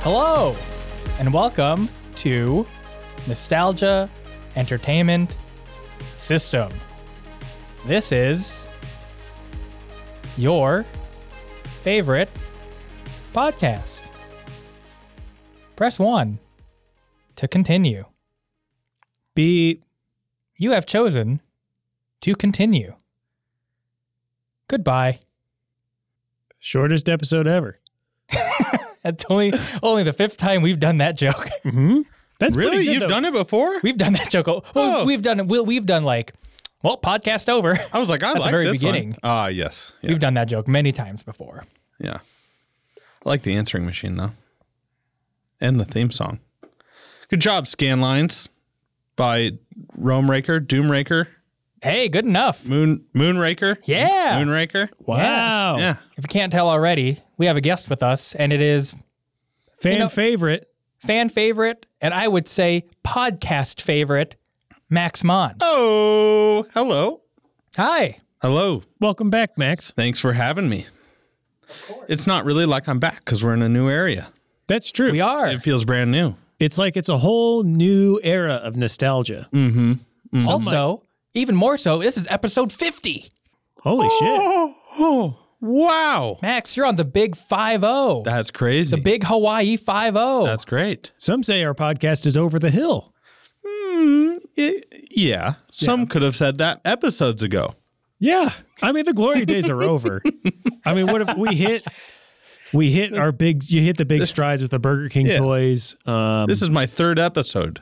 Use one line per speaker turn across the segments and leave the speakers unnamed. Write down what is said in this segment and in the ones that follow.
Hello, and welcome to Nostalgia Entertainment System. This is your favorite podcast. Press one to continue.
Beep.
You have chosen to continue. Goodbye.
Shortest episode ever.
That's only only the fifth time we've done that joke.
Mm-hmm. That's
really?
pretty good,
You've
though.
done it before?
We've done that joke. Well,
Oh.
we've done we we've done like, well, podcast over.
I was like, I
the
like
very
this
beginning.
one. Ah, yes. Yeah.
We've done that joke many times before.
yeah. I like the answering machine though, and the theme song. Good job, Scanlines by Rome Raker, Doom Raker,
Hey, good enough.
Moon Moonraker.
Yeah. Oh.
Moonraker.
Wow.
Yeah.
If you can't tell already, we have a guest with us, and it is
Fan
You know-
favorite.
fan favorite, and I would say podcast favorite, Max Mon.
Oh, hello.
Hi.
Hello.
Welcome back, Max.
Thanks for having me. It's not really like I'm back because we're in a new area.
That's true.
We are.
It feels brand new.
It's like it's a whole new era of nostalgia.
Mm.
also, even more so, this is episode 50.
Holy shit.
Oh, oh, wow.
Max, you're on the big 5 0.
That's crazy.
Big Hawaii oh. 5 0.
That's great.
Some say our podcast is over the hill.
Y- yeah. Some could have said that episodes ago.
Yeah. I mean, the glory days are over. I mean, what if we hit we hit our big you hit the big strides with the Burger King
Yeah.
toys. Um
This is my third episode.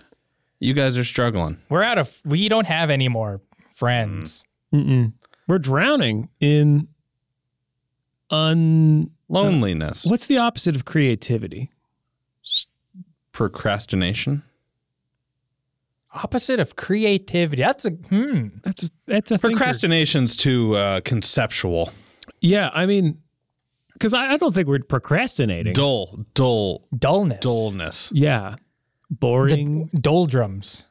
You guys are struggling.
We're out of, we don't have any more friends.
mm-mm. we're drowning in un
Loneliness,
what's the opposite of creativity?
procrastination. Mm.
Opposite of creativity. That's a, hmm.
That's a, that's a thinker.
Procrastination's too uh, conceptual.
Yeah, I mean, because I, I don't think we're procrastinating.
Dull, dull,
Dullness.
dullness.
yeah,
The
boring.
doldrums.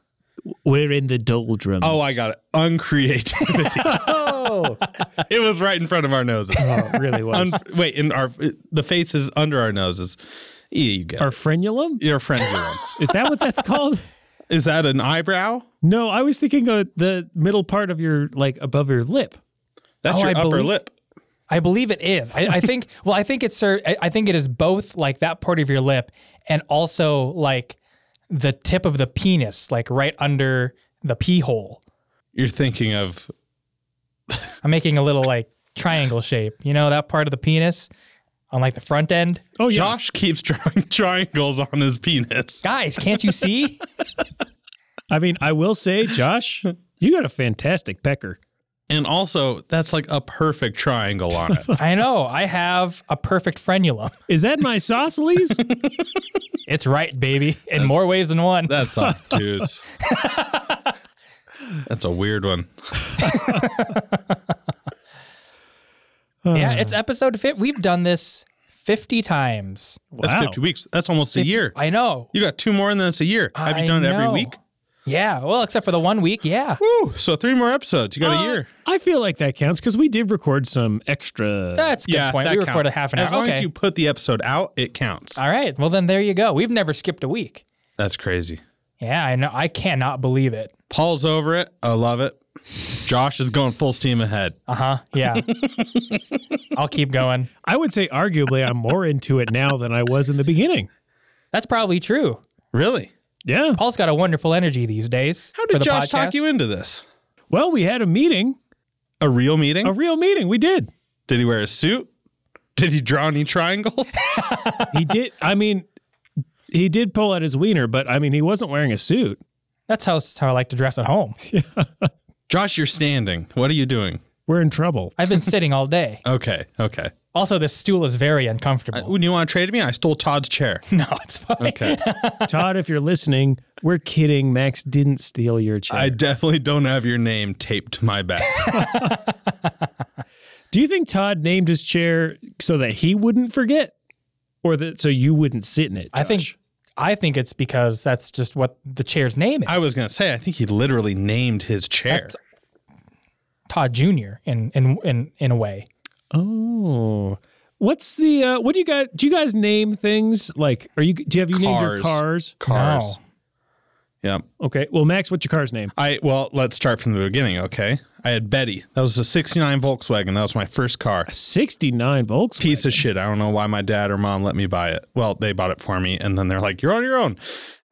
we're in the doldrums.
Oh, I got it. Uncreativity.
Oh,
it was right in front of our noses.
Oh, it really was
Un- wait, in our the faces under our noses. Yeah, you get
our
it.
frenulum.
your friend. Jerome.
Is that what that's called?
Is that an eyebrow?
No, I was thinking of the middle part of your like above your lip.
That's
Oh,
your
I
upper
believe-
lip.
I believe it is. I, I think. Well, I think it's. cer- I I think it is both like that part of your lip and also like the tip of the penis, like right under the pee hole.
You're thinking of
I'm making a little like triangle shape. You know that part of the penis on like the front end.
Oh yeah,
Josh keeps drawing triangles on his penis.
Guys, can't you see?
I mean, I will say, Josh, you got a fantastic pecker.
And also, that's like a perfect triangle on it.
I know. I have a perfect frenulum.
Is that my isosceles?
It's right, baby, in more ways than one.
That's obtuse. that's a weird one.
yeah, it's episode 50. We've done this 50 times.
That's 50 weeks. That's almost a year.
I know.
You got two more and then it's a year. Have
I
you done it every
know.
week?
Yeah. Well, except for the one week. Yeah.
Woo! So three more episodes. You got a
Uh,
year.
I feel like that counts because we did record some extra.
That's a good
Yeah,
point.
that
We recorded
counts.
half an hour.
As long
okay. Uh,
as you put the episode out, it counts.
All right. Well, then there you go. We've never skipped a week.
That's crazy.
Yeah, I know. I cannot believe it.
Paul's over it. I love it. Josh is going full steam ahead.
Uh huh. Yeah. I'll keep going.
I would say arguably I'm more into it now than I was in the beginning.
That's probably true.
Really?
Yeah.
Paul's got a wonderful energy these days.
How
for
did
the
Josh
podcast.
talk you into this?
Well, we had a meeting,
A real meeting?
a real meeting. We did.
Did he wear a suit? Did he draw any triangles?
He did. I mean, he did pull out his wiener, but I mean, he wasn't wearing a suit.
That's how, how I like to dress at home.
Josh, you're standing. What are you doing?
We're in trouble.
I've been sitting all day.
Okay, okay.
Also, this stool is very
I,
uncomfortable.
when you want to trade me, I stole Todd's chair.
no, it's fine.
Okay.
Todd, if you're listening, we're kidding. Max didn't steal your chair.
I definitely don't have your name taped to my back.
Do you think Todd named his chair so that he wouldn't forget, or that so you wouldn't sit in it?
I think
Josh?
I think it's because that's just what the chair's name is.
I was going to say, I think he literally named his chair.
That's- Todd Jr. in in in in a way.
Oh, what's the uh, what do you guys do? You guys name things like are you do you have you named your
Cars.
cars?
Cars.
No.
Yep.
Okay, well, Max, what's your car's name?
I well, let's start from the beginning, okay? I had Betty. That was a 69 Volkswagen. That was my first car.
Sixty nine Volkswagen.
Piece of shit. I don't know why my dad or mom let me buy it. Well, they bought it for me and then they're like, "You're on your own."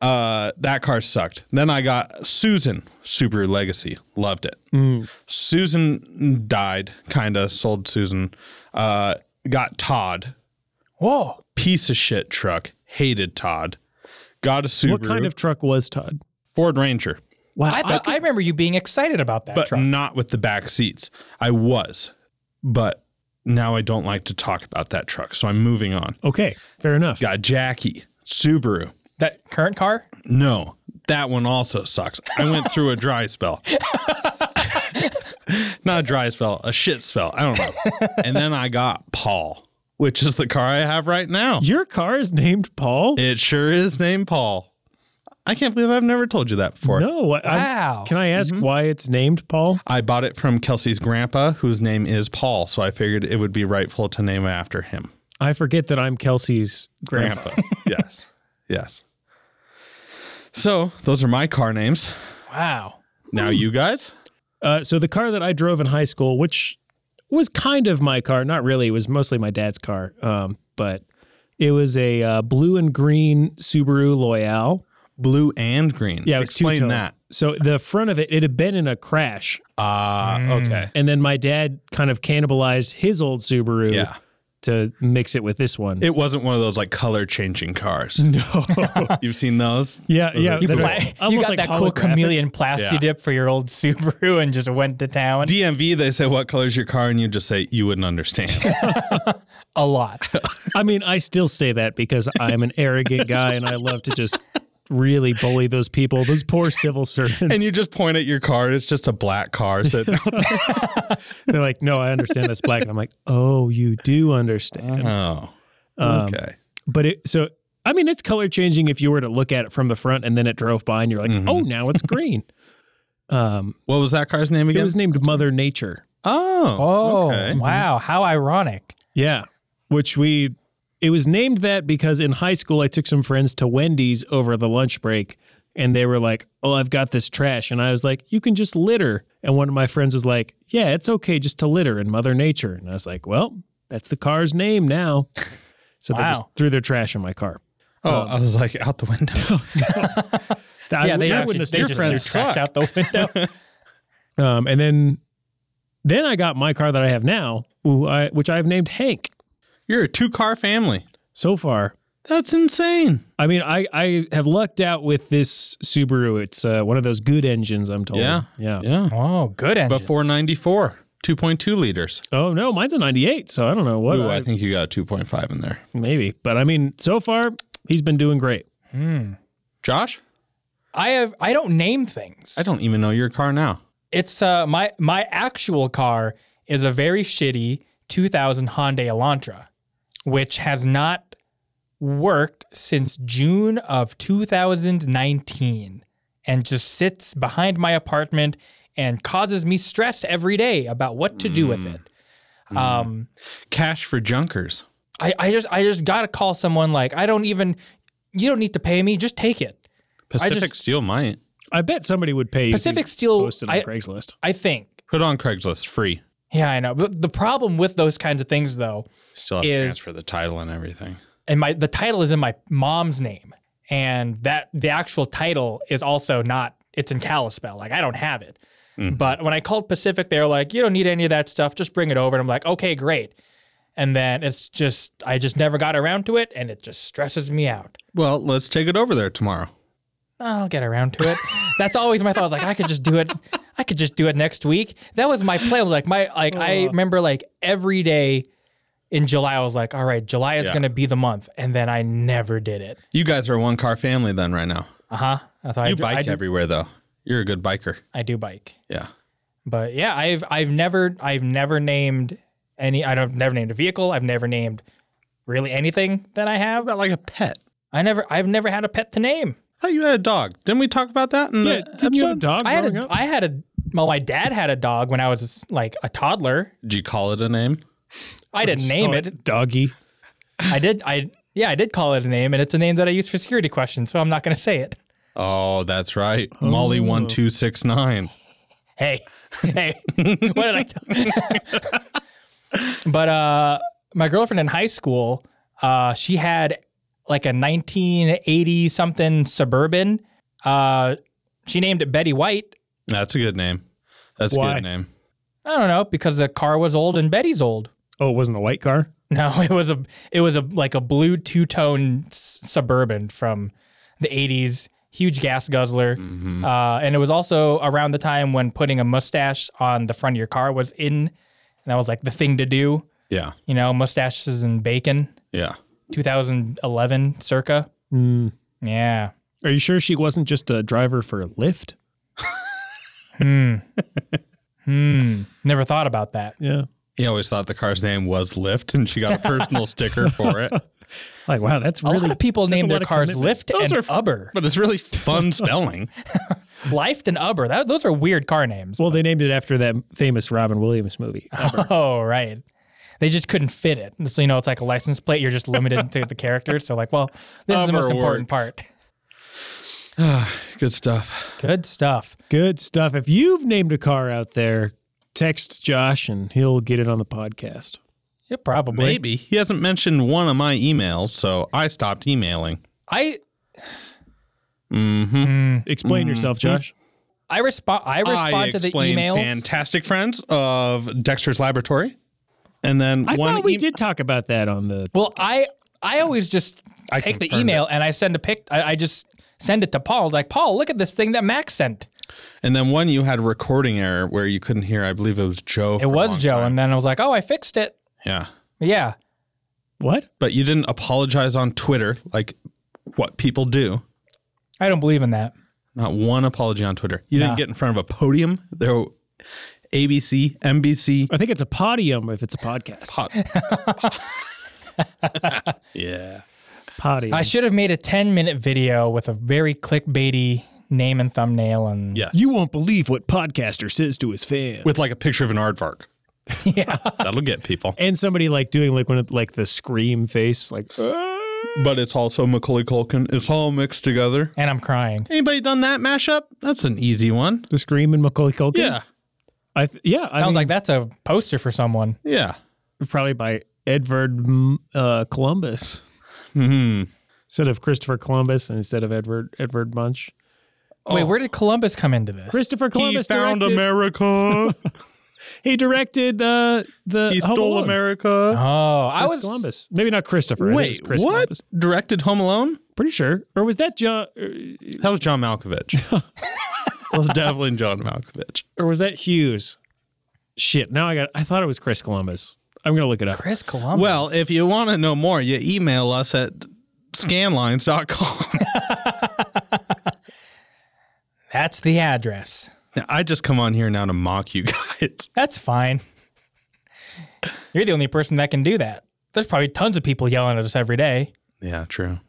Uh, that car sucked. Then I got Susan Subaru Legacy. Loved it.
Hmm,
Susan died, kind of sold Susan. Uh, got Todd.
Whoa.
Piece of shit truck. Hated Todd. Got a Subaru.
What kind of truck was Todd?
Ford Ranger?
Wow,
I thought I, remember you being excited about that
but
truck.
not with the back seats. I was, but now I don't like to talk about that truck. So I'm moving on.
okay, fair enough.
Got Jackie, Subaru.
That current car?
No, that one also sucks. I went through a dry spell. not a dry spell, a shit spell. I don't know. And then I got Paul, which is the car I have right now.
Your car is named Paul.
It sure is named Paul. I can't believe I've never told you that before.
no, I, I'm-
Wow.
Can I
Mm-hmm.
ask why it's named Paul?
I bought it from Kelsey's grandpa, whose name is Paul. So I figured it would be rightful to name it after him.
I forget that I'm Kelsey's grandpa.
grandpa. yes. Yes. So those are my car names.
Wow.
Hmm.
Now you guys?
Uh, so the car that I drove in high school, which was kind of my car, not really, it was mostly my dad's car, um, but it was a uh, blue and green Subaru Loyale.
Blue and green.
Yeah, it was
Explain
two-tone.
that.
So the front of it, it had been in a crash,
Ah, okay.
and then my dad kind of cannibalized his old Subaru
Yeah.
to mix it with this one.
It wasn't one of those like color changing cars.
no,
You've seen those?
yeah, yeah,
You,
that are
pla- you
almost
got
like
that cool
holographic.
chameleon plasti
Yeah.
dip for your old Subaru and just went to town
DMV, they say, What color's your car? And you just say, You wouldn't understand.
a lot.
I mean, I still say that because I'm an arrogant guy, and I love to just really bully those people, those poor civil servants.
and you just point at your car. It's just a black car. sitting out there.
They're like, no, I understand that's black. And I'm like, oh, you do understand.
oh,
Um,
okay.
But it, so, I mean, it's color changing if you were to look at it from the front and then it drove by and you're like,
Mhm.
oh, now it's green. um,
What was that car's name
it
again?
was named Mother Nature.
oh.
Oh,
okay.
wow. How ironic.
Yeah. Which we, it was named that because in high school, I took some friends to Wendy's over the lunch break and they were like, oh, I've got this trash. And I was like, you can just litter. And one of my friends was like, yeah, it's okay just to litter in Mother Nature. And I was like, well, that's the car's name now. So they just
Wow.
threw their trash in my car.
Oh, I was like, Out the window.
I-
yeah, they,
I
actually,
wouldn't
they
have
just threw
stood
friends
trash
suck.
out the window.
for it. Um, and then, then I got my car that I have now, who I, which I've named Hank.
You're a two car family.
So far,
That's insane.
I mean, I, I have lucked out with this Subaru. It's uh, one of those good engines, I'm told.
Yeah.
yeah.
Yeah.
oh, good engine.
Before 94, 2.2 liters.
Oh no, mine's a '98, so I don't know what.
Ooh,
I-
I think you got a 2.5 in there.
maybe, but I mean, so far he's been doing great.
Josh,
I have I don't name things.
I don't even know your car now.
It's uh my my actual car is a very shitty 2000 Hyundai Elantra, which has not worked since June of 2019 and just sits behind my apartment and causes me stress every day about what to do
Mm.
with it. Um
Cash for junkers.
I, I just I just gotta call someone like I don't even you don't need to pay me, just take it.
Pacific
just-
Steel might.
I bet somebody would pay. if you
Pacific Steel
posted on
I,
Craigslist.
I think.
Put on Craigslist free.
Yeah, I know. But the problem with those kinds of things though,
Still have
Is-
a chance for the title and everything.
and my the title is in my mom's name. And that the actual title is also not it's in Kalispell. Like I don't have it. But when I called Pacific, they were like, You don't need any of that stuff, just bring it over. And I'm like, okay, great. And then it's just I just never got around to it and it just stresses me out.
Well, let's take it over there tomorrow.
I'll get around to it. That's always my thought. I was like, I could just do it. I could just do it next week. That was my plan. Was like my like I remember like every day in July, I was like, all right, July is
Yeah.
going to be the month. And then I never did it.
You guys are a one car family then, right now.
Uh huh. So I,
You
do-
bike
I, do,
everywhere though. You're a good biker.
I do bike.
Yeah.
But yeah, I've I've never I've never named any I don't never named a vehicle. I've never named really anything that I have.
What about like a pet?
I never I've never had a pet to name.
I thought you had a dog. Didn't we talk about that? In
Yeah,
the
didn't you have a
episode?
dog
I had
growing
a
up?
I had a well, my dad had a dog when I was like a toddler.
Did you call it a name?
I didn't name
Oh,
it.
Doggy.
I did I yeah, I did call it a name and it's a name that I use for security questions, so I'm not gonna say it.
Oh, that's right. Molly one two six nine.
hey, hey, what did I tell? but uh, my girlfriend in high school, uh, she had like a 1980 something suburban. Uh, she named it Betty White.
That's a good name. That's a
Why?
good name.
I don't know because the car was old and Betty's old.
Oh, it wasn't a white car.
No, it was a it was a like a blue two tone s- suburban from the 80s, huge gas guzzler.
Mm-hmm. Mm.
Uh, and it was also around the time when putting a mustache on the front of your car was in, and that was like the thing to do.
Yeah.
You know, mustaches and bacon,
Yeah.
2011 circa.
Mm.
Yeah,
Are you sure she wasn't just a driver for Lyft?
never thought about that.
Yeah.
He always thought the car's name was Lyft, and she got a personal sticker for it.
Like, wow, that's
A
really.
lot of people name
a
their
lot of
cars
commitment.
Lyft
Those
and
are f-
Uber.
But it's really fun spelling.
Lyft and Uber. That, those are weird car names.
well, they named it after that famous Robin Williams movie.
Oh, right. They just couldn't fit it. So, you know, it's like a license plate. You're just limited to the characters. So, like, well, this is the
Uber
most important
works.
part.
Good stuff.
Good stuff.
Good stuff. If you've named a car out there, text Josh and he'll get it on the podcast.
Yeah, probably.
Maybe he hasn't mentioned one of my emails, so I stopped emailing. Mm-hmm.
I Mm,
Explain yourself, Josh.
I respond. I respond
I
to the
explained
emails.
Fantastic friends of Dexter's Laboratory, and then
I
one. e-
thought we
em-
did talk about that on the.
well, I I always just
I
take the
confirmed
email and I send a pic. I, I just send it to Paul. Like, Paul, look at this thing that Max sent.
and then one you had a recording error where you couldn't hear. I believe it was Joe.
It was Joe, and then I was like, oh, I fixed it.
Yeah,
Yeah.
What?
but you didn't apologize on Twitter like what people do.
I don't believe in that.
Not one apology on Twitter. You
Nah.
didn't get in front of a podium. There, ABC, NBC.
I think it's a podium if it's a podcast.
Pot. yeah.
Podium.
I should have made a 10 minute video with a very clickbaity name and thumbnail and
Yes.
you won't believe what podcaster says to his fans.
with like a picture of an aardvark.
yeah.
That'll get people.
and somebody like doing like one of like the scream face, like
But it's also Macaulay Culkin. It's all mixed together.
and I'm crying.
Anybody done that mashup? That's an easy one.
the scream and Macaulay Culkin.
Yeah.
I th- yeah. I
Sounds
mean,
like that's a poster for someone.
Yeah.
probably by Edward mm, uh, Columbus
Hmm.
Mm-hmm. instead of Christopher Columbus and instead of Edward Edward Munch.
Wait, where did Columbus come into this?
Christopher
He
Columbus
found
directed.
America.
he directed uh, the.
he
Home
stole
Alone.
America.
Oh, I
Chris
was
Columbus. Maybe not Christopher. I think it was
Wait,
Chris
what?
Columbus.
Directed Home Alone?
Pretty sure. Or was that John? uh,
That was John Malkovich. that was definitely John Malkovich.
Or was that Hughes? Shit. Now I got. I thought it was Chris Columbus. I'm gonna look it up.
Chris Columbus.
Well, if you want to know more, you email us at scanlines.com.
that's the address.
I just come on here now to mock you guys.
That's fine. You're the only person that can do that. There's probably tons of people yelling at us every day.
Yeah, true.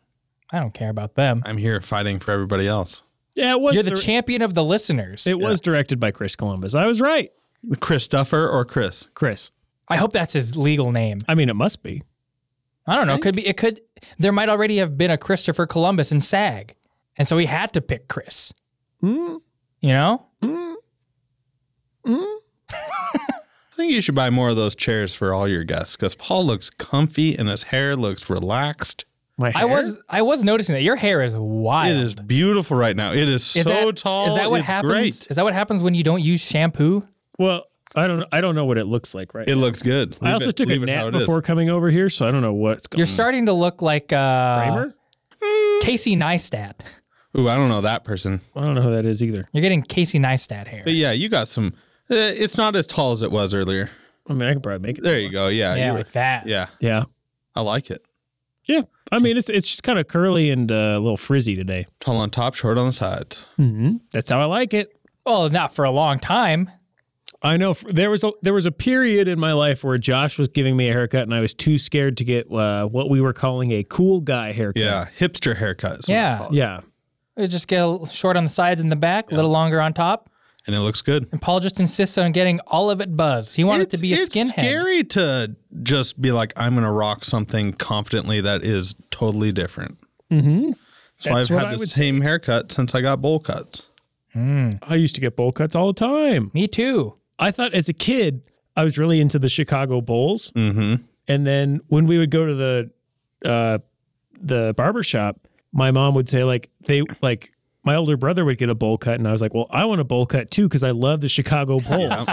I don't care about them.
I'm here fighting for everybody else.
Yeah, it was.
You're the
dir-
champion of the listeners.
it was directed by Chris Columbus. I was right,
Chris Duffer or Chris?
Chris.
I hope that's his legal name.
I mean, it must be.
I don't know. It could be. It could. There might already have been a Christopher Columbus in SAG, and so he had to pick Chris. You know,
I think you should buy more of those chairs for all your guests because Paul looks comfy and his hair looks relaxed.
My
I
hair?
was. I was noticing that your hair is wild.
It is beautiful right now. It is, so tall.
Is that what
it's
happens?
Great.
Is that what happens when you don't use shampoo?
Well, I don't. I don't know what it looks like right.
It
now.
looks good.
I
Leave
also
it-
took a
leave it how
nap
it is.
before coming over here, so I don't know what's going.
You're starting to look like uh,
Kramer?
Casey Neistat.
Ooh, I don't know that person.
I don't know who that is either.
You're getting Casey Neistat hair.
eh, But yeah, you got some. Uh, it's not as tall as it was earlier.
I mean, I could probably make it.
There you go. Yeah.
yeah,
you were-
like that.
yeah.
Yeah.
I like it.
Yeah. I mean, it's it's just kind of curly and uh, a little frizzy today.
Tall on top, short on the sides.
Mm-hmm. That's how I like it.
Well, not for a long time.
I know f- there was a there was a period in my life where Josh was giving me a haircut, and I was too scared to get uh, what we were calling a cool guy haircut.
Yeah. Hipster haircut. is what I
Yeah.
call it.
yeah.
It just get a little short on the sides and the back, a little longer on top.
And it looks good.
And Paul just insists on getting all of it buzzed. He wanted it to be a
it's
skinhead.
scary to just be like, I'm going to rock something confidently that is totally different.
Mm-hmm.
So
That's
I've
what
had
I
the
would
same haircut since I got bowl cuts.
I used to get bowl cuts all the time.
Hmm, Me too.
I thought as a kid I was really into the Chicago Bulls,
Mm-hmm.
and then when we would go to the uh, the barber shop, my mom would say like they like my older brother would get a bowl cut, and I was like, well, I want a bowl cut too because I love the Chicago Bulls.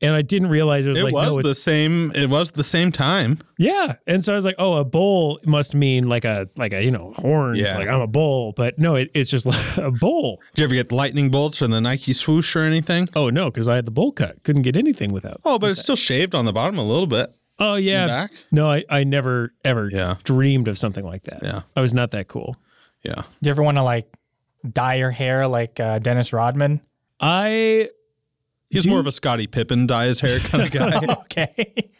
And I didn't realize it was
It
like
was
no,
the
it's
same. It was the same time.
Yeah, and so I was like, "Oh, a bowl must mean like a like a you know horns,
Yeah.
like I'm a bull." But no, it, it's just like a bowl.
Did you ever get lightning bolts from the Nike swoosh or anything?
Oh no, because I had the bowl cut, couldn't get anything without.
Oh, but it's still shaved on the bottom a little bit.
Oh yeah,
back?
no, I I never ever
Yeah.
dreamed of something like that.
Yeah.
I was not that cool.
Yeah.
Do you ever want to like dye your hair like uh, Dennis Rodman?
I
He's
Do-
more of a Scottie Pippen dye his hair kind of guy.
okay.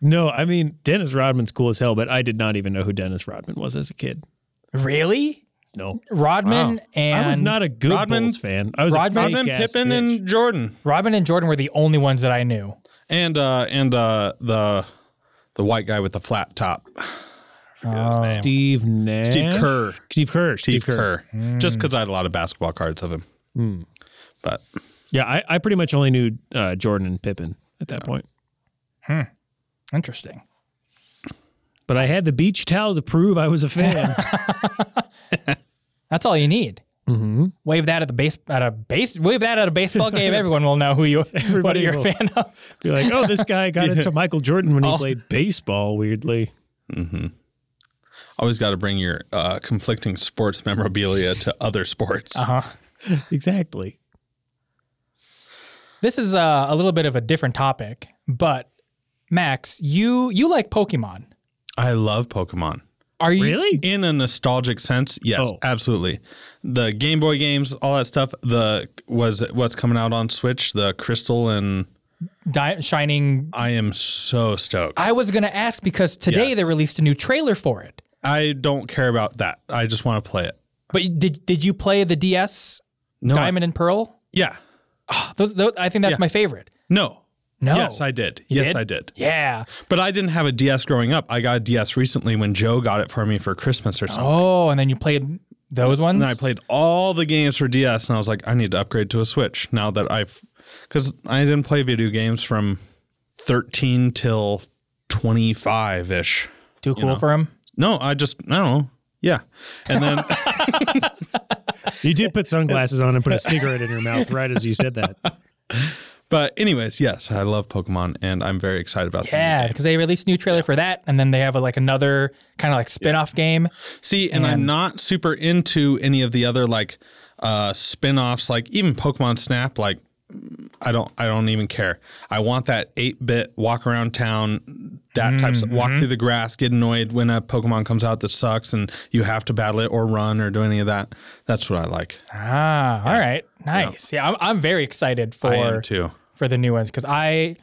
no, I mean Dennis Rodman's cool as hell, but I did not even know who Dennis Rodman was as a kid.
really?
No,
Rodman and
I was not a good
Rodman-
Bulls fan. I was
Rodman-
Rodman, a
Rodman, Pippen, and Jordan,
Rodman and Jordan were the only ones that I knew.
and uh, and uh, the the white guy with the flat top. Forget
Oh,
his name.
Steve Nash,
Steve Kerr.
Steve Kerr,
Steve, Kerr. Mm. Just because I had a lot of basketball cards of him. But
Yeah, I, I pretty much only knew uh, Jordan and Pippen at that point.
Interesting.
But I had the beach towel to prove I was a fan.
That's all you need. Mm-hmm. Wave that at the base at a base. Wave that at a baseball game. Everyone will know who you. what
Everybody
you're
will.
a fan of.
You're like, oh, this guy got into Michael Jordan when he played baseball, weirdly.
always got to bring your uh, conflicting sports memorabilia to other sports.
Uh-huh.
Exactly.
This is uh, a little bit of a different topic, but Max, you you like Pokemon?
I love Pokemon.
Are you
Really?
in a nostalgic sense yes
Oh.
absolutely the game boy games all that stuff the was what's coming out on switch the crystal and
Di- Shining?
i am so stoked i,
I was gonna ask because today
Yes.
they released a new trailer for it.
don't care about that i just want to play it
But you- did did you play the DS
no I-
Diamond and Pearl?
yeah
Those, those, I think that's my favorite.
no
No.
yes i did yes
did?
i did
yeah.
but i didn't have a ds growing up i got a ds recently when joe got it for me for christmas or something
Oh, and then you played those ones.
And I played all the games for DS, and I was like, I need to upgrade to a Switch now that I've, because I didn't play video games from 13 till 25 ish.
Too cool for him.
No, I just, I don't know. Yeah. And then,
You did put sunglasses on and put a cigarette in your mouth right as you said that.
but anyways, yes, I love Pokemon, and I'm very excited about the new
Yeah, because they released a new trailer for that, and then they have a, like another kind of like spin-off game.
See, and, I'm not super into any of the other like uh spin-offs like even Pokemon Snap like I don't I don't even care. I want that 8-bit walk around town that type of
Mm-hmm.
walk through the grass, get annoyed when a Pokemon comes out that sucks and you have to battle it or run or do any of that. That's what I like.
Ah, all right, nice. Yeah, I'm, I'm very excited
I am
for
too.
for the new ones because I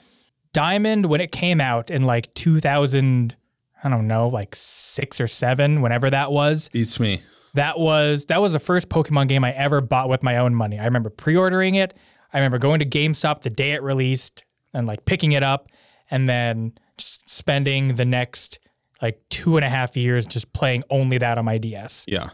Diamond when it came out in like 2000, I don't know, like six or seven, whenever that was.
Beats me.
That was that was the first Pokemon game I ever bought with my own money. I remember pre-ordering it. I remember going to GameStop the day it released and like picking it up, and then just spending the next like two and a half years just playing only that on my DS.
Yeah.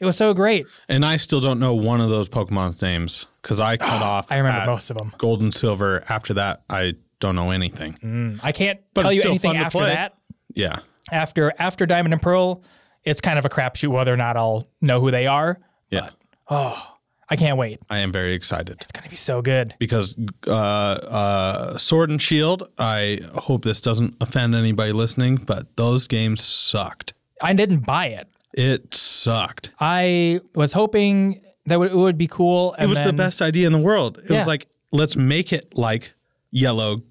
It was so great.
And I still don't know one of those Pokemon's names cuz I cut off
I remember
at
most of them.
Gold and Silver. After that, I don't know anything.
I can't
But
tell
it's
you
still
anything
fun to
after
play.
that.
Yeah.
After after Diamond and Pearl, it's kind of a crapshoot whether or not I'll know who they are.
Yeah.
I can't wait.
I am very excited.
It's gonna be so good.
because uh, uh, Sword and Shield. I hope this doesn't offend anybody listening, but those games sucked.
I didn't buy it.
It sucked.
I was hoping that it would be cool. And
It was the
then-
best idea in the world. It
Yeah.
was like let's make it like Yellow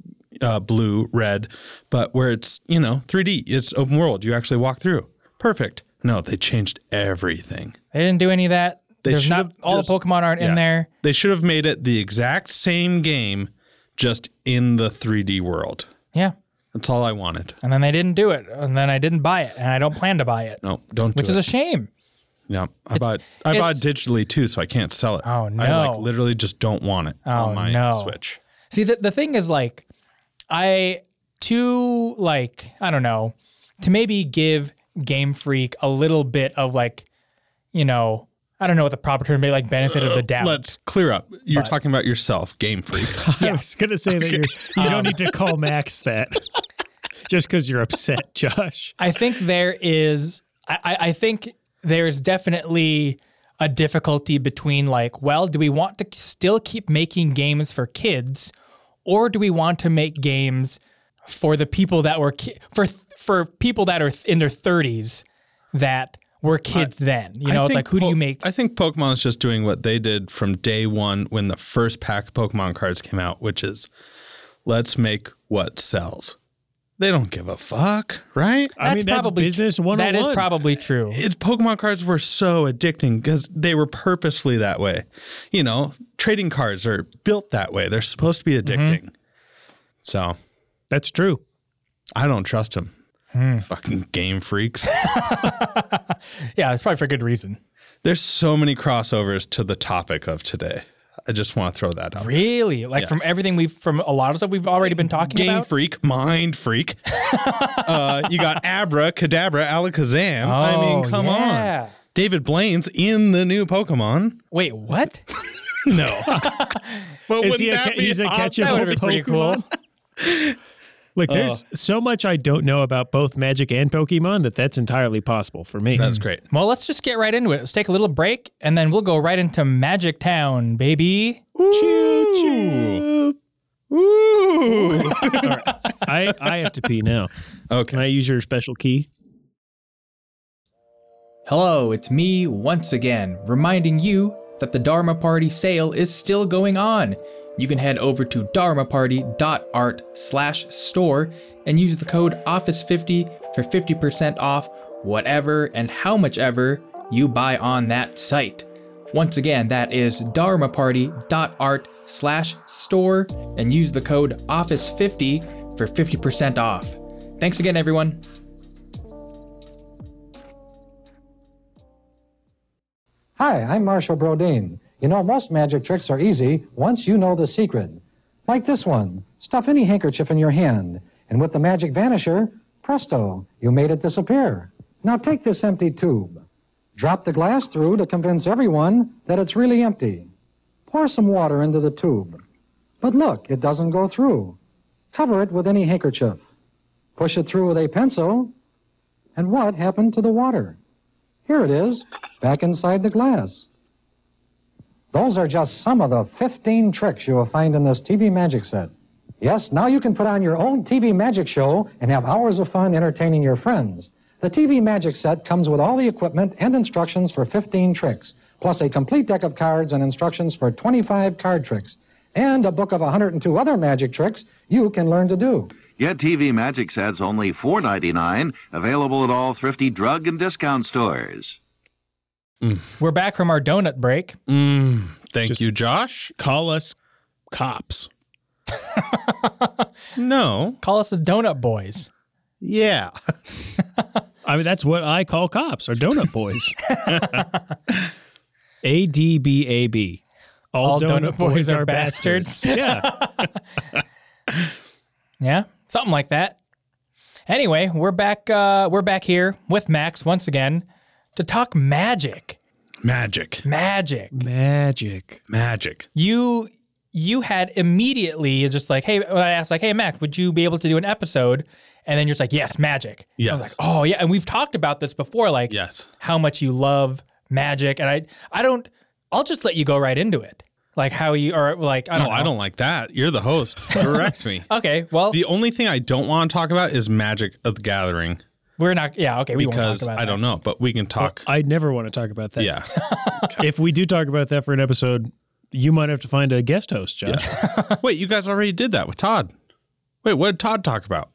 uh, blue, red, but where it's, you know, 3D, it's open world. You actually walk through. Perfect. No, they changed everything.
They didn't do any of that.
They
There's
should
not
have
all
just-
the Pokemon aren't
Yeah.
in there.
They should have made it the exact same game, just in the 3D world.
Yeah.
That's all I wanted.
And then they didn't do it. And then I didn't buy it. And I don't plan to buy it.
No, don't do
Which
it.
is a shame.
yeah, I bought I bought digitally too, so I can't sell it.
Oh,
I like
no.
literally just don't want it
Oh,
on my
no.
Switch.
See, the, the thing is, like, I, to, like, I don't know, to maybe give Game Freak a little bit of, like, you know, I don't know what the proper term may be, like, benefit of the doubt.
Let's clear up. You're talking about yourself, Game Freak.
I was going to say that you're, you don't need to call Max that just because you're upset, Josh.
I think there is. I, I I think there's definitely a difficulty between like, well, do we want to still keep making games for kids, or do we want to make games for the people that were ki- for th- for people that are th- in their 30s that were kids then? You know,
I
it's like
think
who do
Po-
you make?
I think Pokemon is just doing what they did from day one when the first pack of Pokemon cards came out, which is let's make what sells. They don't give a fuck, right?
I mean, that's business 101.
That is probably true.
It's Pokemon cards were so addicting because they were purposely that way. You know, trading cards are built that way. They're supposed to be
Mm-hmm.
addicting. So
That's true.
I don't trust them.
Hmm.
Fucking game freaks.
Yeah, it's probably for good reason.
There's so many crossovers to the topic of today. I just want to throw that out.
Really, like from everything we've from a lot of stuff we've already been talking
Game
about.
freak, mind freak. uh, you got Abra, Kadabra, Alakazam. I mean,
Oh,
come on.
yeah.
David Blaine's in the new Pokemon.
Wait, what?
No. well,
Is he a, ca- he's a
That
catchable
would have been pretty cool.
Pokemon? Look, there's so much I don't know about both Magic and Pokemon that that's entirely possible for me.
That's great.
Well, let's just get right into it. Let's take a little break and then we'll go right into Magic Town, baby.
Choo choo. Ooh.
I, I have to pee now. Can
okay.
I use your special key?
Hello, it's me once again, reminding you that the Dharma Party sale is still going on. You can head over to dharmaparty.art slash store and use the code OFFICE50 for 50% off whatever and how much ever you buy on that site. Once again, that is dharmaparty.art slash store and use the code OFFICE50 for 50% off. Thanks again, everyone.
Hi, I'm Marshall Brodeen. You know, most magic tricks are easy once you know the secret. Like this one stuff any handkerchief in your hand, and with the magic vanisher, presto, you made it disappear. Now take this empty tube. Drop the glass through to convince everyone that it's really empty. Pour some water into the tube. But look, it doesn't go through. Cover it with any handkerchief. Push it through with a pencil. And what happened to the water? Here it is, back inside the glass. Those are just some of the 15 tricks you will find in this TV magic set. Yes, now you can put on your own TV magic show and have hours of fun entertaining your friends. The TV magic set comes with all the equipment and instructions for 15 tricks, plus a complete deck of cards and instructions for 25 card tricks, and a book of 102 other magic tricks you can learn to do.
Get TV Magic sets only $4.99, available at all thrifty drug and discount stores.
We're back from our donut break.
Thank you, Josh.
Call us cops.
No.
Call us the Donut Boys.
Yeah.
I mean, that's what I call cops or donut boys. A D B A B.
All donut boys are
yeah.
Yeah, something like that. Anyway, we're back. Uh, we're back here with Max once again to talk magic.
Magic.
Magic.
Magic.
Magic.
You you had immediately just like, hey, when I asked like, hey, Max, would you be able to do an episode? And then you're just like, yes, magic. I was
Yes.
like, oh yeah, and we've talked about this before. Like,
Yes.
how much you love magic and i i don't i'll just let you go right into it like how you or like i don't
No,
know.
I don't like that. You're the host. Direct me.
okay well
The only thing I don't want to talk about is Magic of the Gathering
we're not yeah okay we won't talk
because
about
I
that.
don't know, but we can talk.
I never want to talk about that.
yeah.
If we do talk about that for an episode, you might have to find a guest host, Josh.
Wait, you guys already did that with Todd. Wait, what did Todd talk about?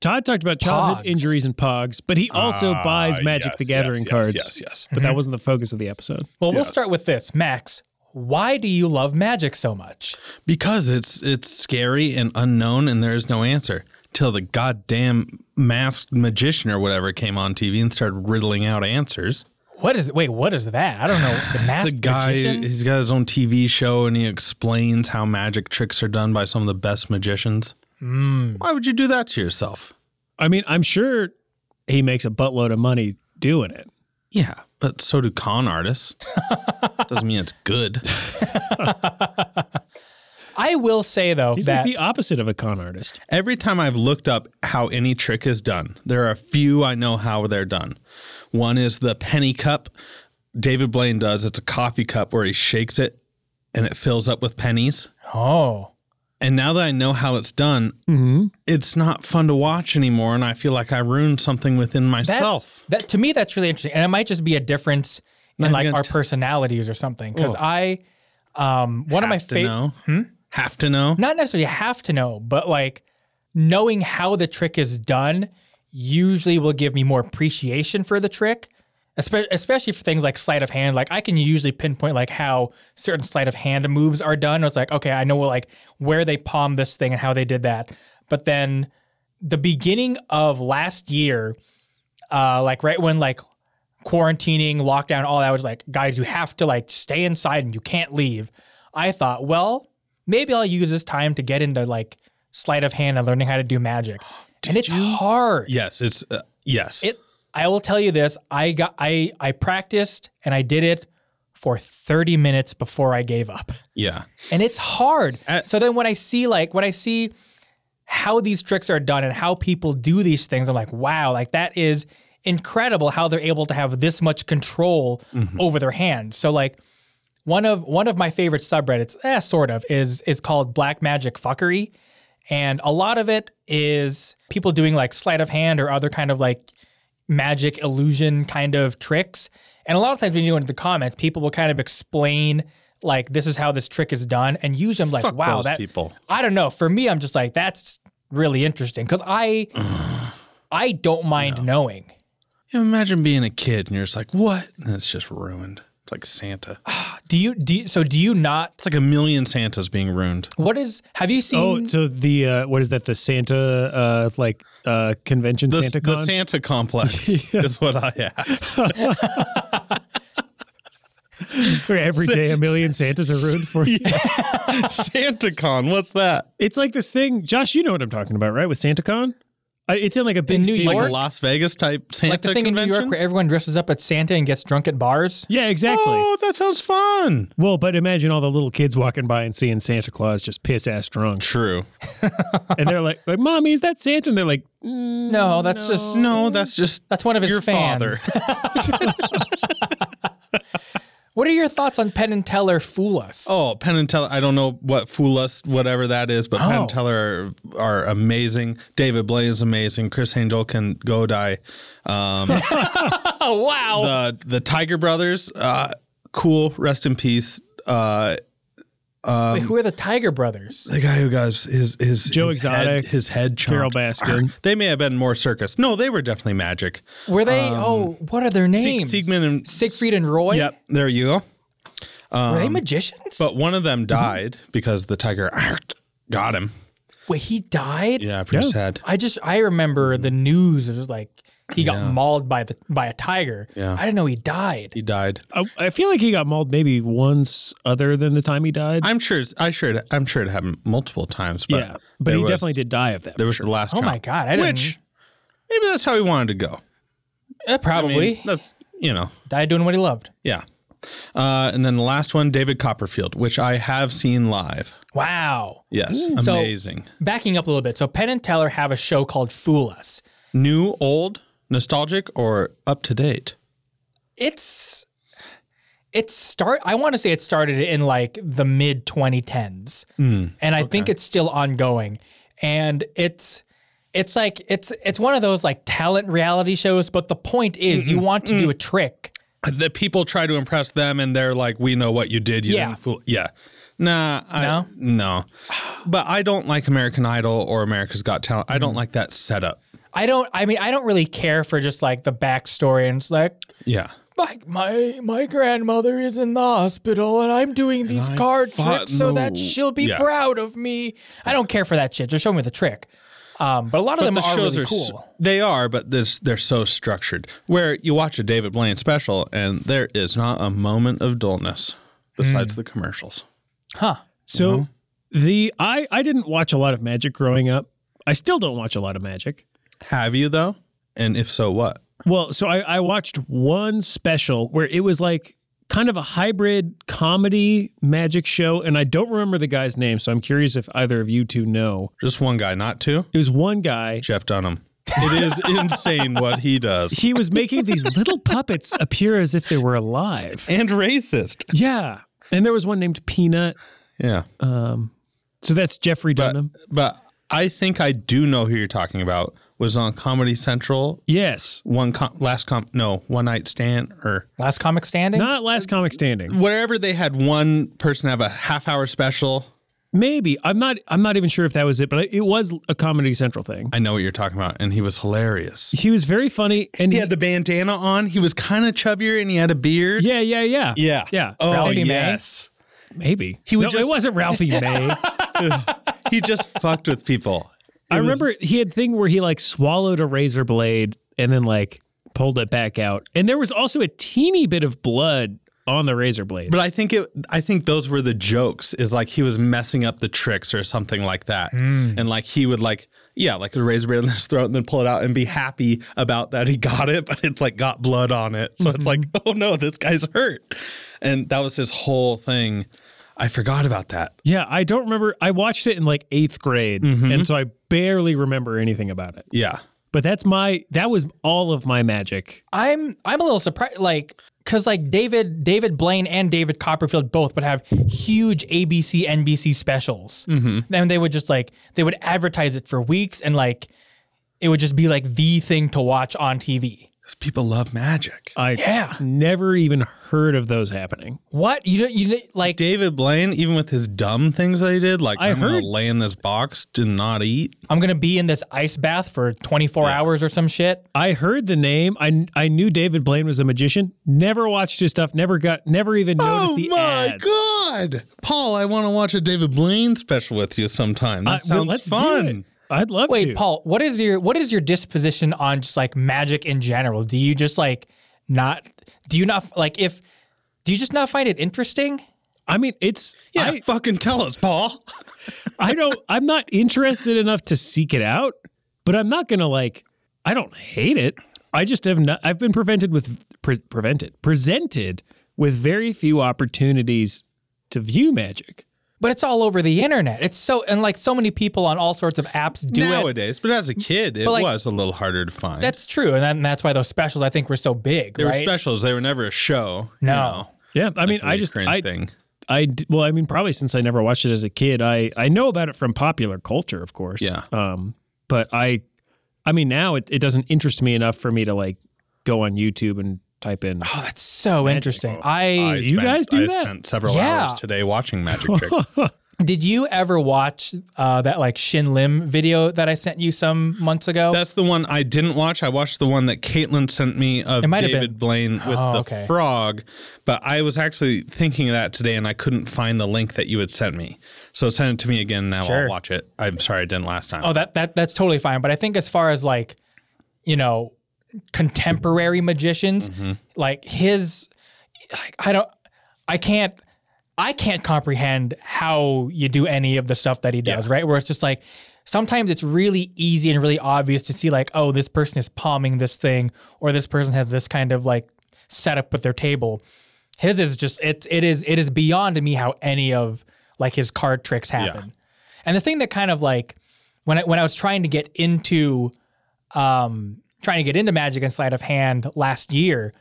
Todd talked about childhood
Pogs.
injuries and pogs, but he also
Ah,
buys Magic
yes,
the Gathering
yes, yes,
cards.
yes, yes. Mm-hmm.
But that wasn't the focus of the episode.
Well, we'll start with this. Max, why do you love magic so much?
Because it's it's scary and unknown, and there is no answer till the goddamn masked magician or whatever came on TV and started riddling out answers.
What is wait, what is that? I don't know. The
It's
masked
a guy.
magician?
He's got his own TV show, and he explains how magic tricks are done by some of the best magicians. Why would you do that to yourself?
I mean, I'm sure he makes a buttload of money doing it.
Yeah, but so do con artists. Doesn't mean it's good.
I will say though
He's
that
like the opposite of a con artist.
Every time I've looked up how any trick is done, there are a few I know how they're done. One is the penny cup. David Blaine does. It's a coffee cup where he shakes it and it fills up with pennies.
oh.
And now that I know how it's done, it's not fun to watch anymore. And I feel like I ruined something within
That's,
myself.
That to me that's really interesting. And it might just be a difference in
I'm
like
gonna
our
t- Oh.
personalities or something. Because I um one of my Hmm?
Have to
favorite
know. Have to know.
not necessarily have to know, but like knowing how the trick is done usually will give me more appreciation for the trick, espe- especially for things like sleight of hand. Like I can usually pinpoint like how certain sleight of hand moves are done. It's like, okay, I know like where they palmed this thing and how they did that. But then the beginning of last year, uh, like right when like quarantining, lockdown, all that was like, guys, you have to like stay inside and you can't leave. I thought, well, maybe I'll use this time to get into like sleight of hand and learning how to do magic. and it's hard.
Yes, it's uh, yes.
It I will tell you this, I got I I practiced and I did it for 30 minutes before I gave up.
yeah.
And it's hard.
Uh,
so then when I see like when I see how these tricks are done and how people do these things, I'm like, wow, like that is incredible how they're able to have this much control over their hands. So like one of one of my favorite subreddits, eh, sort of, is is called Black Magic Fuckery, and a lot of it is people doing like sleight of hand or other kind of like magic illusion kind of tricks. And a lot of times when you go into the comments, people will kind of explain like this is how this trick is done, and usually I'm like,
Fuck
wow,
those
that
people.
I don't know. For me, I'm just like that's really interesting because I I don't mind knowing.
Imagine being a kid and you're just like, what? And it's just ruined. It's like Santa.
Do you do you, so? Do you not?
It's like a million Santas being ruined.
What is? Have you seen?
Oh, so the uh, what is that? The Santa uh, like uh, convention
The,
Santa
the
con.
Santa complex is what I have.
where every day a million Santas are ruined for you.
Santa con, what's that?
It's like this thing, Josh. You know what I'm talking about, right? With SantaCon, I, it's in like a big
New
city.
Like
York?
a Las Vegas type Santa
like the thing
convention?
in New York where everyone dresses up as Santa and gets drunk at bars.
Yeah, exactly.
Oh, that sounds fun.
Well, but imagine all the little kids walking by and seeing Santa Claus just piss ass drunk,
True.
and they're like, "Like, mommy, is that Santa?" And they're like, "Mm,
No, that's just
No, that's just
that's one of his
your
fans.
father.
What are your thoughts on Penn and Teller fool us?
Oh, Penn and Teller. I don't know what Fool Us, whatever that is, but Penn
Oh.
and Teller are, are amazing. David Blaine is amazing. Chris Angel can go die.
Oh, wow!
the the Tiger Brothers, uh, cool. Rest in peace. Uh, Um,
Wait, who are the Tiger Brothers?
the guy who guys his his
Joe
his head-
Exotic,
his head chomped.
Carol Baskin.
They may have been more circus. No, they were definitely magic.
Were they? oh, what are their names?
Siegmund um, and-
Siegfried and Roy.
Yep, there you go.
were they magicians?
But one of them died because the tiger got him.
Wait, he died.
Yeah, Mm-hmm. pretty
Yeah.
sad.
I just I remember the news. It was like he got mauled by the by a tiger.
Yeah.
I didn't know he died.
He died.
I, I feel like he got mauled maybe once other than the time he died.
I'm sure. it's- I sure. it- I'm sure it happened multiple times. But
yeah, but
there
he
was-
definitely did die of that.
There was the last.
Oh my
chomp.
god! I didn't.
Which maybe that's how he wanted to go.
Eh,
I mean,
probably
that's you know.
died doing what he loved.
Yeah. Uh, and then the last one, David Copperfield, which I have seen live.
Wow.
Yes,
So-
amazing.
Backing up a little bit, so Penn and Teller have a show called Fool Us.
New, old, nostalgic, or up to date?
It's it start. I want to say it started in like the mid 2010s, and I think it's still ongoing. And it's it's like it's it's one of those like talent reality shows. But the point is, you want to do a trick.
The people try to impress them, and they're like, "We know what you did. You
Yeah.
didn't fool." Yeah, Nah, I,
No?
no. But I don't like American Idol or America's Got Talent. I
Mm.
don't like that setup.
I don't. I mean, I don't really care for just like the backstory, and it's like
Yeah.
my my my grandmother is in the hospital, and I'm doing these
I
card
thought-
tricks so that
no.
she'll be
Yeah.
proud of me. I don't care for that shit. Just show me the trick. Um, but a lot of them are really cool.
so- they are, but this they're so structured. Where you watch a David Blaine special and there is not a moment of dullness besides
Hmm.
the commercials.
huh?
So
Mm-hmm.
the I I didn't watch a lot of Magic growing up. I still don't watch a lot of Magic.
Have you though? And if so, what?
Well, so I, I watched one special where it was like kind of a hybrid comedy magic show, and I don't remember the guy's name, so I'm curious if either of you two know.
Just one guy, not two.
It was one guy.
Jeff Dunham. It is insane what he does.
He was making these little puppets appear as if they were alive.
And racist.
Yeah. And there was one named Peanut.
Yeah.
So that's Jeffrey Dunham.
But I think I do know who you're talking about. Was on Comedy Central
yes.
one com- last comp no one night stand or
Last comic standing.
Not last comic standing.
wherever they had one person have a half hour special.
Maybe. I'm not I'm not even sure if that was it, but it was a comedy central thing.
I know what you're talking about, and he was hilarious.
He was very funny and
He had the bandana on. He was kind of chubbier, and he had a beard.
Yeah, yeah, yeah.
yeah,
Yeah.
Oh
Ralphie May.
yes,
Maybe.
He would
No,
just-
it wasn't Ralphie May.
he just fucked with people.
I remember he had thing where he like swallowed a razor blade and then like pulled it back out. And there was also a teeny bit of blood on the razor blade.
But I think it. I think those were the jokes. Is like he was messing up the tricks or something like that, and like he would like yeah, like a razor blade in his throat, and then pull it out and be happy about that he got it, but it's like got blood on it, so it's like oh no, this guy's hurt, and that was his whole thing. I forgot about that.
Yeah, I don't remember. I watched it in like eighth grade,
Mm-hmm.
and so I barely remember anything about it.
Yeah,
But that's my that was all of my magic.
I'm I'm a little surprised, like because like David David Blaine and David Copperfield both would have huge ABC NBC specials. Mm-hmm. Then they would just like they would advertise it for weeks, and like it would just be like the thing to watch on TV.
because people love magic.
I
Yeah.
never even heard of those happening.
What you don't you don't- like?
David Blaine, even with his dumb things that he did, like
I
I'm
heard-
gonna lay in this box, did not eat.
I'm gonna be in this ice bath for 24 hours or some shit.
I heard the name. I I knew David Blaine was a magician. Never watched his stuff. Never got. Never even noticed the ads.
Oh god, Paul! I want to watch a David Blaine special with you sometime. That
Uh, well,
sounds
let's do
fun.
it. I'd love
Wait,
to.
Paul, what is your what is your disposition on just like magic in general? Do you just like not? Do you not like if? Do you just not find it interesting?
I mean, it's.
Yeah,
I,
fucking tell us, Paul.
I don't. I'm not interested enough to seek it out, but I'm not gonna like. I don't hate it. I just have not. I've been prevented with pre- prevented presented with very few opportunities to view magic.
But it's all over the internet. It's so and like so many people on all sorts of apps do it.
Nowadays, but as a kid, it
like,
was a little harder to find.
That's true, and, that, and that's why those specials I think were so big,
they were
right?
specials. They were never a show. you
No.
know,
Yeah, I mean, I just
recurrent
I,
thing.
I d- well, I mean, probably since I never watched it as a kid, I I know about it from popular culture, of course.
Yeah.
Um, but I, I mean, now it, it doesn't interest me enough for me to like go on YouTube and type in.
oh, that's so interesting. I,
Do you guys do
I
that?
spent several
Yeah.
hours today watching magic tricks.
did you ever watch uh, that like Shin Lim video that I sent you some months ago?
That's the one I didn't watch. I watched the one that Caitlin sent me of
It might have
David
been-
Blaine with
Oh,
the
okay.
frog, but I was actually thinking of that today and I couldn't find the link that you had sent me. So send it to me again now.
Sure.
I'll watch it. I'm sorry I didn't last time.
oh, that that that's totally fine. But I think as far as like, you know, contemporary magicians, like his, like, I don't, I can't. I can't comprehend how you do any of the stuff that he does, right? Where it's just like sometimes it's really easy and really obvious to see, like, oh, this person is palming this thing, or this person has this kind of like setup with their table. His is just it it is it is beyond to me how any of like his card tricks happen. And the thing that kind of like when I when I was trying to get into um trying to get into magic and sleight of hand last year,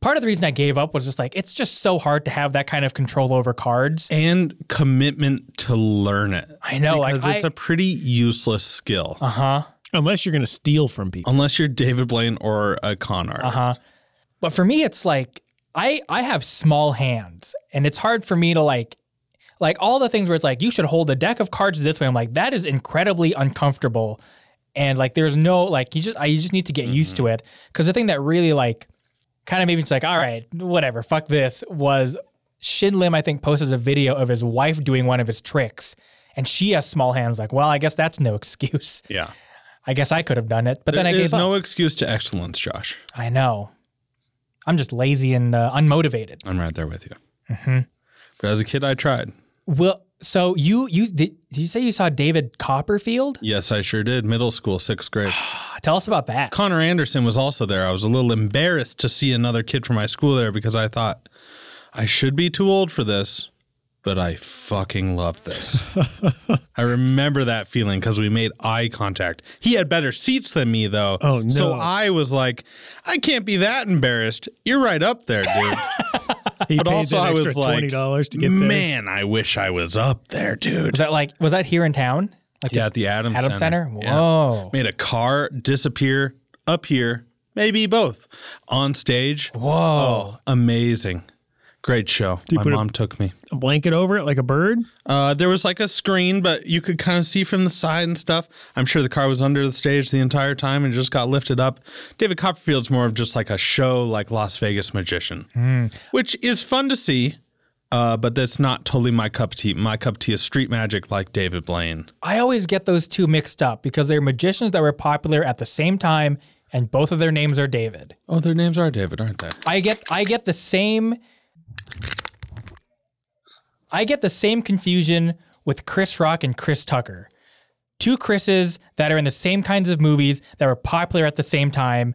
part of the reason I gave up was just like it's just so hard to have that kind of control over cards.
and commitment to learn it.
I know, like
Because it's
I- Uh-huh.
a pretty useless skill.
Unless you're gonna steal from people.
Unless you're David Blaine or a con artist.
Uh-huh. But for me, it's like I I have small hands, and it's hard for me to like like all the things where it's like you should hold the deck of cards this way. I'm like that is incredibly uncomfortable, and like there's no like you just I you just need to get used
Mm-hmm.
to it because the thing that really like kind of made me just like all right whatever fuck this was Shin Lim I think posted a video of his wife doing one of his tricks. And she has small hands. Like, well, I guess that's no excuse.
Yeah.
I guess I could have done it, but then I
There is
gave up.
no excuse to excellence, Josh.
I know. I'm just lazy and uh, unmotivated.
I'm right there with you.
Mm-hmm.
But as a kid, I tried.
Well, so you you did, did you say you saw David Copperfield?
Yes, I sure did. Middle school, sixth grade.
Tell us about that.
Connor Anderson was also there. I was a little embarrassed to see another kid from my school there because I thought I should be too old for this, but I fucking loved this. I remember that feeling because we made eye contact. He had better seats than me, though.
Oh, no.
So I was like, I can't be that embarrassed. You're right up there, dude.
He
But
paid
also,
that
I
extra
was like,
twenty dollars to get there.
Man, I wish I was up there, dude.
Was that like was that here in town? Like
Yeah, at the Adams,
Adam Center?
Yeah.
Whoa.
Made a car disappear up here, maybe both on stage.
Whoa.
Oh, amazing. Great show. My
put a-
mom took me.
A blanket over it like a bird.
Uh, there was like a screen, but you could kind of see from the side and stuff. I'm sure the car was under the stage the entire time and just got lifted up. David Copperfield's more of just like a show, like Las Vegas Magician, which is fun to see, uh, but that's not totally my cup of tea. My cup of tea is street magic, like David Blaine.
I always get those two mixed up because they're magicians that were popular at the same time and both of their names are David.
Oh, their names are David, aren't they?
I get I get the same I get the same confusion with Chris Rock and Chris Tucker. Two Chris's that are in the same kinds of movies that were popular at the same time.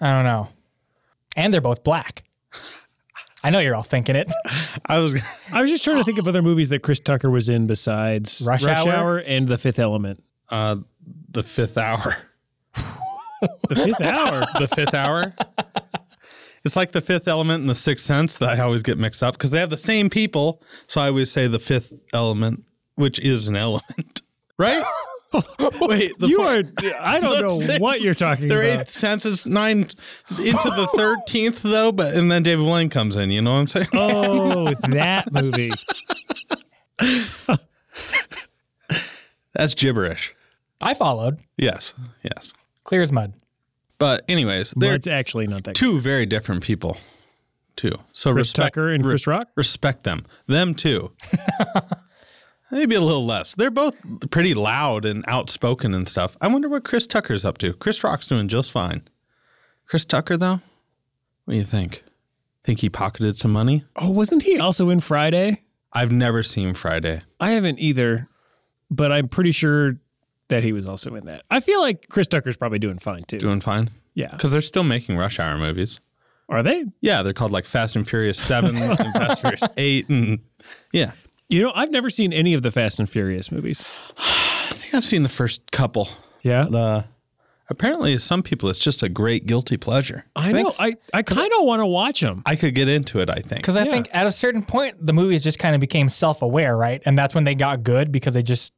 I don't know. And they're both black. I know you're all thinking it.
I was.
I was just trying to think of other movies that Chris Tucker was in besides
Rush Hour?
and The Fifth Element.
Uh, the fifth hour.
The Fifth Hour.
the fifth hour. It's like the fifth element and the sixth sense that I always get mixed up because they have the same people. So I always say the fifth element, which is an element, right? Wait, the
You
four-
are. I don't know
Sixth-
what you're talking
Their
about.
eighth sense is nine into the thirteenth, though. But and then David Blaine comes in. You know what I'm saying?
Oh, that movie.
That's gibberish.
I followed.
Yes, yes.
Clear as mud.
But anyways, they're
That's actually not that. good.
two very different people, too. So
Chris
respect,
Tucker and
re-
Chris Rock.
respect them. Them too. Maybe a little less. They're both pretty loud and outspoken and stuff. I wonder what Chris Tucker's up to. Chris Rock's doing just fine. Chris Tucker, though, what do you think? Think he pocketed some money?
Oh, wasn't he also in Friday?
I've never seen Friday.
I haven't either, but I'm pretty sure that he was also in that. I feel like Chris Tucker's probably doing fine too.
Doing fine?
yeah.
Because they're still making Rush Hour movies.
Are they?
Yeah, they're called like Fast and Furious 7 and Fast and Furious 8. And yeah,
You know, I've never seen any of the Fast and Furious movies.
I think I've seen the first couple.
Yeah.
Uh, apparently, to some people, it's just a great guilty pleasure.
I know.
Thanks.
I, I kind of want to watch them.
I could get into it, I think.
Because I think at a certain point the movies just kind of became self aware, right? And that's when they got good because they just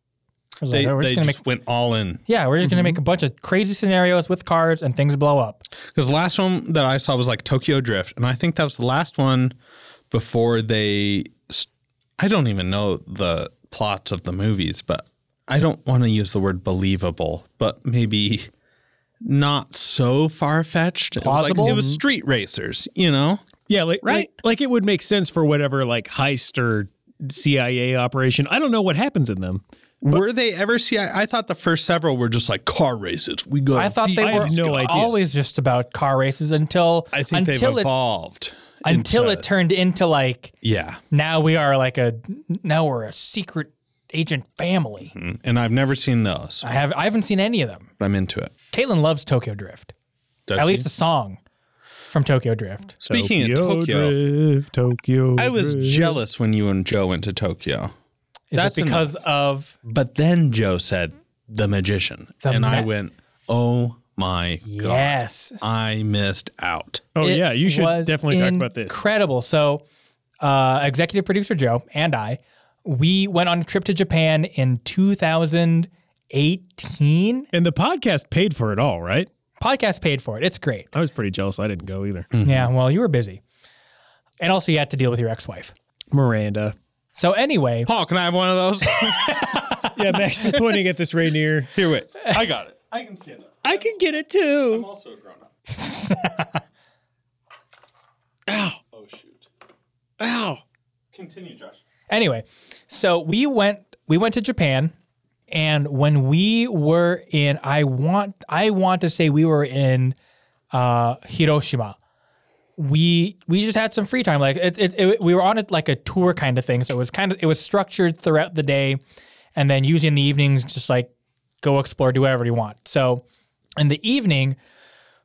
I was
they,
like, "Oh, we're
they
just gonna make
just Mm-hmm. went all in.
Yeah, we're just gonna make a bunch of crazy scenarios with cards and things blow up.
Because the last one that I saw was like Tokyo Drift, and I think that was the last one before they. s- I don't even know the plots of the movies, but I don't want to use the word believable, but maybe not so far fetched.
Plausible?
It was street racers, you know.
Yeah, like
Right?
Like, like it would make sense for whatever like heist or CIA operation. I don't know what happens in them.
were they ever see? I, I thought the first several were just like car races. We go.
I thought they
I have
were
no idea.
always just about car races until
I think they've
until it
evolved.
until
into-
it turned into like
Yeah,
now we are like a now we're a secret agent family.
Hmm.
and I've never seen those,
I have I haven't seen any of them.
but I'm into it.
Caitlin loves Tokyo Drift.
Does
At
she?
least the song from Tokyo Drift.
Speaking of Tokyo,
Drift, Tokyo.
I was
Drift.
jealous when you and Joe went to Tokyo.
Is
That's
it because of
But then Joe said, The magician.
The
and I
ma-
went, Oh my God.
yes?
I missed out.
Oh
It
yeah, you should
was
definitely talk about this.
Incredible. So, uh, executive producer Joe and I, we went on a trip to Japan in 2018.
And the podcast paid for it all, right?
Podcast paid for it. It's great.
I was pretty jealous. I didn't go
Hmm.
either.
Yeah. Well, you were busy, and also you had to deal with your ex-wife.
Miranda.
So anyway,
Paul, Oh, can I have one of those?
Yeah, Max is pointing at this Rainier.
Here, wait. I got it. I can stand up.
I can get it too.
Also a grown up. Oh shoot.
Ow.
Continue, Josh.
anyway, so we went we went to Japan and when we were in I want I want to say we were in uh Hiroshima. We we just had some free time like it, it, it we were on it like a tour kind of thing. So it was kind of it was structured throughout the day and then usually in the evenings just like go explore do whatever you want. So in the evening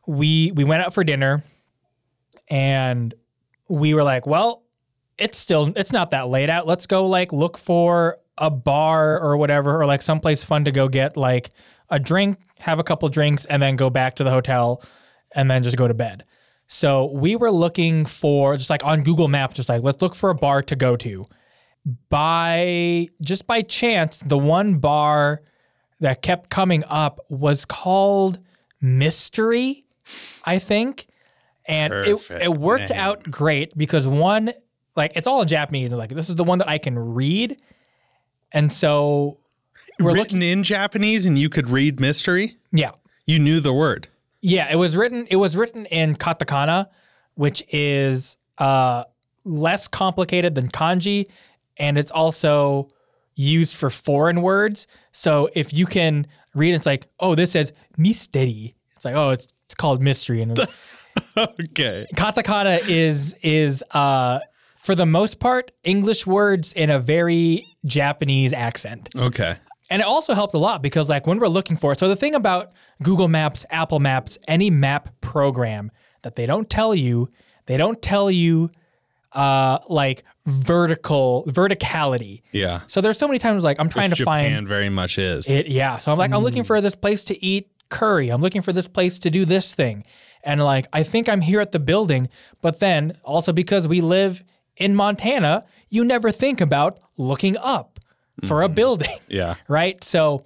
we we went out for dinner and we were like, well, it's still it's not that late out. Let's go like look for a bar or whatever or like someplace fun to go get like a drink, have a couple drinks and then go back to the hotel and then just go to bed. So we were looking for just like on Google Maps just like let's look for a bar to go to. By just by chance, the one bar that kept coming up was called Mystery, I think. And it,
Perfect
it worked
name.
out great because one, like it's all in Japanese. and Like this is the one that I can read. And so
We're Written in Japanese, and you could read mystery.
yeah.
You knew the word.
Yeah, it was written it was written in katakana, which is uh less complicated than kanji and it's also used for foreign words. So if you can read it, it's like, "Oh, this says mystery." It's like, "Oh, it's it's called mystery." And it's-
Okay.
katakana is is uh for the most part English words in a very Japanese accent.
Okay.
And it also helped a lot because, like, when we're looking for it, so the thing about Google Maps, Apple Maps, any map program that they don't tell you, they don't tell you, uh, like vertical verticality.
Yeah.
So there's so many times like I'm trying to
Japan
find
very much is.
it. Yeah. So I'm like, I'm looking for this place to eat curry. I'm looking for this place to do this thing. And like, I think I'm here at the building. But then also because we live in Montana, you never think about looking up for a building
yeah.
right? So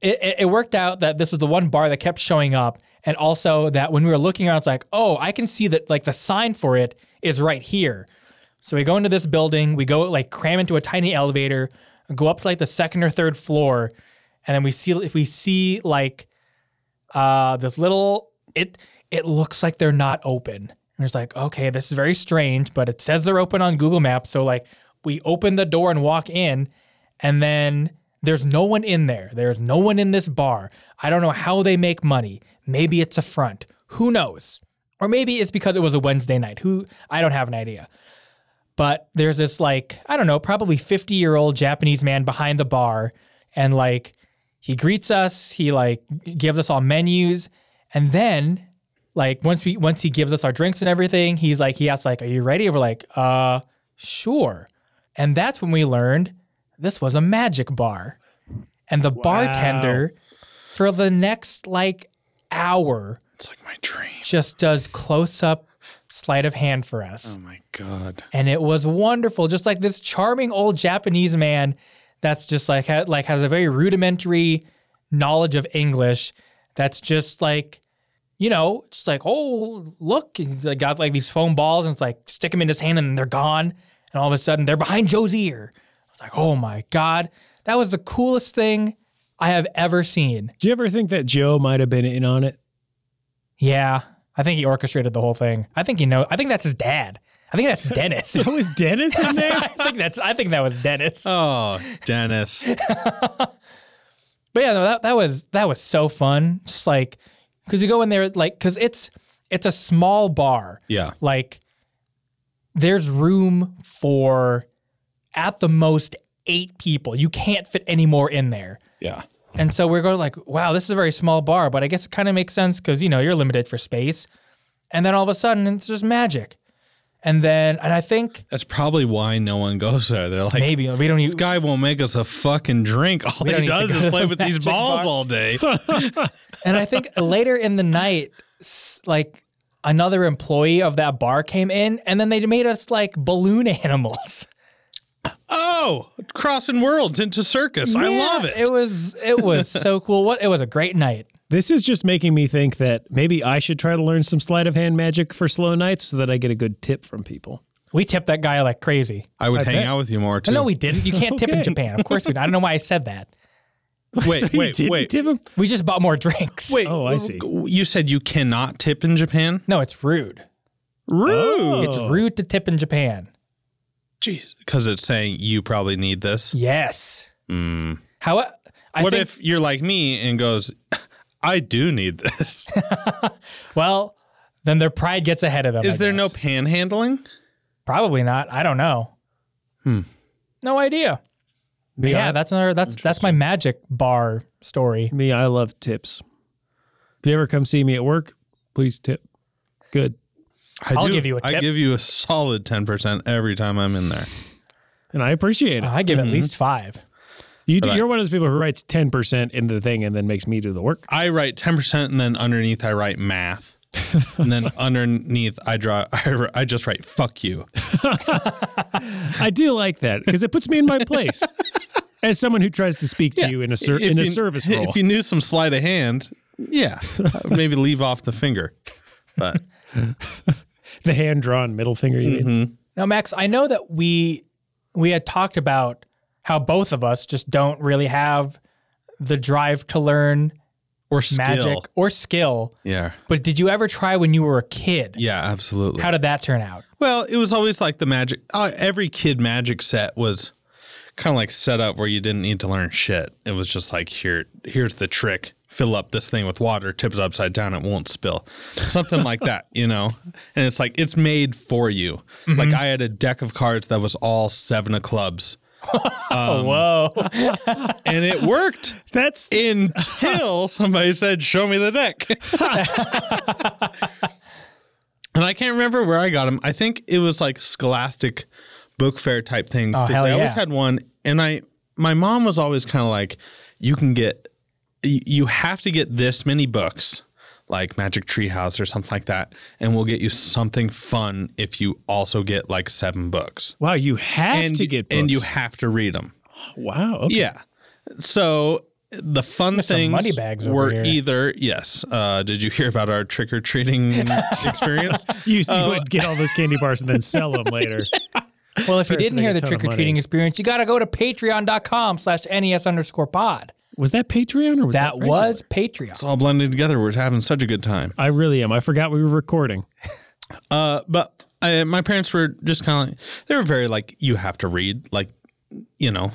it, it, it worked out that this was the one bar that kept showing up. And also that when we were looking around, it's like, oh, I can see that like the sign for it is right here. So we go into this building, we go like cram into a tiny elevator, go up to like the second or third floor, and then we see if we see like uh this little it it looks like they're not open. And it's like, okay, this is very strange, but it says they're open on Google Maps. So like we open the door and walk in, and then there's no one in there. There's no one in this bar. I don't know how they make money. Maybe it's a front. Who knows? Or maybe it's because it was a Wednesday night. Who I don't have an idea but there's this like i don't know probably 50 year old japanese man behind the bar and like he greets us he like gives us all menus and then like once we once he gives us our drinks and everything he's like he asks like are you ready we're like uh sure and that's when we learned this was a magic bar and the bartender for the next like hour
It's like my dream.
just does close up sleight of hand for us
Oh my god.
and it was wonderful. Just like this charming old Japanese man that's just like ha- like has a very rudimentary knowledge of English. That's just like, you know, just like oh look, he's like, got like these foam balls and it's like stick them in his hand and they're gone. And all of a sudden they're behind Joe's ear. I was like, oh my god, that was the coolest thing I have ever seen.
Do you ever think that Joe might have been in on it?
Yeah, I think he orchestrated the whole thing. I think he know. I think that's his dad. I think that's Dennis.
So Oh, is Dennis in
I
there?
think that's. I think that was Dennis.
Oh, Dennis.
But yeah, no, that, that was that was so fun. Just like because you go in there, like because it's it's a small bar.
Yeah.
Like there's room for at the most eight people. You can't fit any more in there.
Yeah.
And so we're going like, wow, this is a very small bar, but I guess it kind of makes sense because you know you're limited for space. And then all of a sudden, it's just magic. And then, and I think
That's probably why no one goes there. They're like,
maybe we don't e,
this
even.
guy won't make us a fucking drink. All
don't
he
need to
does
go
is
to
play
the
with
magic
these balls
bar.
all day.
And I think later in the night, s- like another employee of that bar came in, and then they made us like balloon animals.
oh, crossing worlds into circus. I
Yeah,
love it.
It was it was so cool. What it was a great night.
This is just making me think that maybe I should try to learn some sleight of hand magic for slow nights so that I get a good tip from people.
We tipped that guy like crazy.
I would hang
bet.
out with you more too.
No, we didn't. You can't tip in
Okay.
Japan. Of course we. I don't know why I said that.
wait,
So you
wait,
didn't
wait,
tip him?
We just bought more drinks.
wait.
Oh, I see.
You said you cannot tip in Japan.
No, it's rude.
Rude.
It's
Oh.
rude to tip in Japan.
Jeez, because it's saying you probably need this.
Yes. How? I
Mm. what
think,
if you're like me and goes, I do need this?
Well, then their pride gets ahead of them.
Is
I
there no
guess.
panhandling?
Probably not. I don't know. Hmm. No idea. But yeah, that's another. That's that's my magic bar story.
Me, I love tips. If you ever come see me at work, please tip. Good.
I
I'll
do-
give you a
I
tip.
give you a solid 10% every time I'm in there.
And I appreciate it.
Uh, I give at least five.
you do,
but I-
you're one of those people who writes 10% in the thing and then makes me do the work.
I write 10% and then underneath I write math. and then underneath I draw I, I just write fuck you.
I do like that because it puts me in my place as someone who tries to speak to you in a ser-
If
in a
you-
service role.
If you knew some sleight of hand, yeah, maybe leave off the finger. But
the hand drawn middle finger. You mean?
Mm-hmm.
Now, Max, I know that we we had talked about how both of us just don't really have the drive to learn
or skill.
magic or skill.
Yeah.
But did you ever try when you were a kid?
Yeah, absolutely.
How did that turn out?
Well, it was always like the magic. Uh, every kid magic set was kind of like set up where you didn't need to learn shit. It was just like here, here's the trick: fill up this thing with water, tip it upside down, it won't spill. Something like that, you know. And it's like it's made for you. Like I had a deck of cards that was all seven of clubs,
Whoa!
and it worked
That's
until somebody said, "Show me the deck." and I can't remember where I got them. I think it was like Scholastic book fair type things
Oh,
because
hell
I always
yeah.
had one. And I, my mom was always kind of like, "You can get, y- you have to get this many books." Like Magic Treehouse or something like that, and we'll get you something fun if you also get like seven books.
wow. You have
and
to get books.
and you have to read them.
wow. Okay.
Yeah. So the fun things
Moneybags over
were
here.
either yes. Uh, did you hear about our trick or treating experience?
You, you
Uh,
would get all those candy bars and then sell them later.
well, if you
Parents
didn't
make
hear
a
the
ton of
trick or treating
money.
experience, you got to go to Patreon.com/slash/nes E underscore pod.
Was that Patreon or was that,
That
regular?
was Patreon.
It's all blended together. We're having such a good time.
I really am. I forgot we were recording.
Uh, but I, my parents were just kind of like they were very like you have to read like you know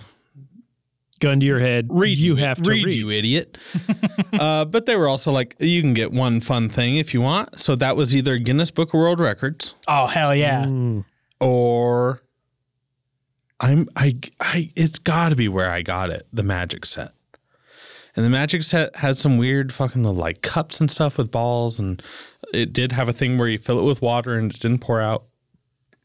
Gun to your head.
read
you have to read.
you idiot. uh, but they were also like you can get one fun thing if you want. So that was either Guinness Book of World Records
Oh hell yeah!
Hmm.
or I'm I I it's got to be where I got it, the magic set. And the magic set had some weird fucking little like cups and stuff with balls and it did have a thing where you fill it with water and it didn't pour out.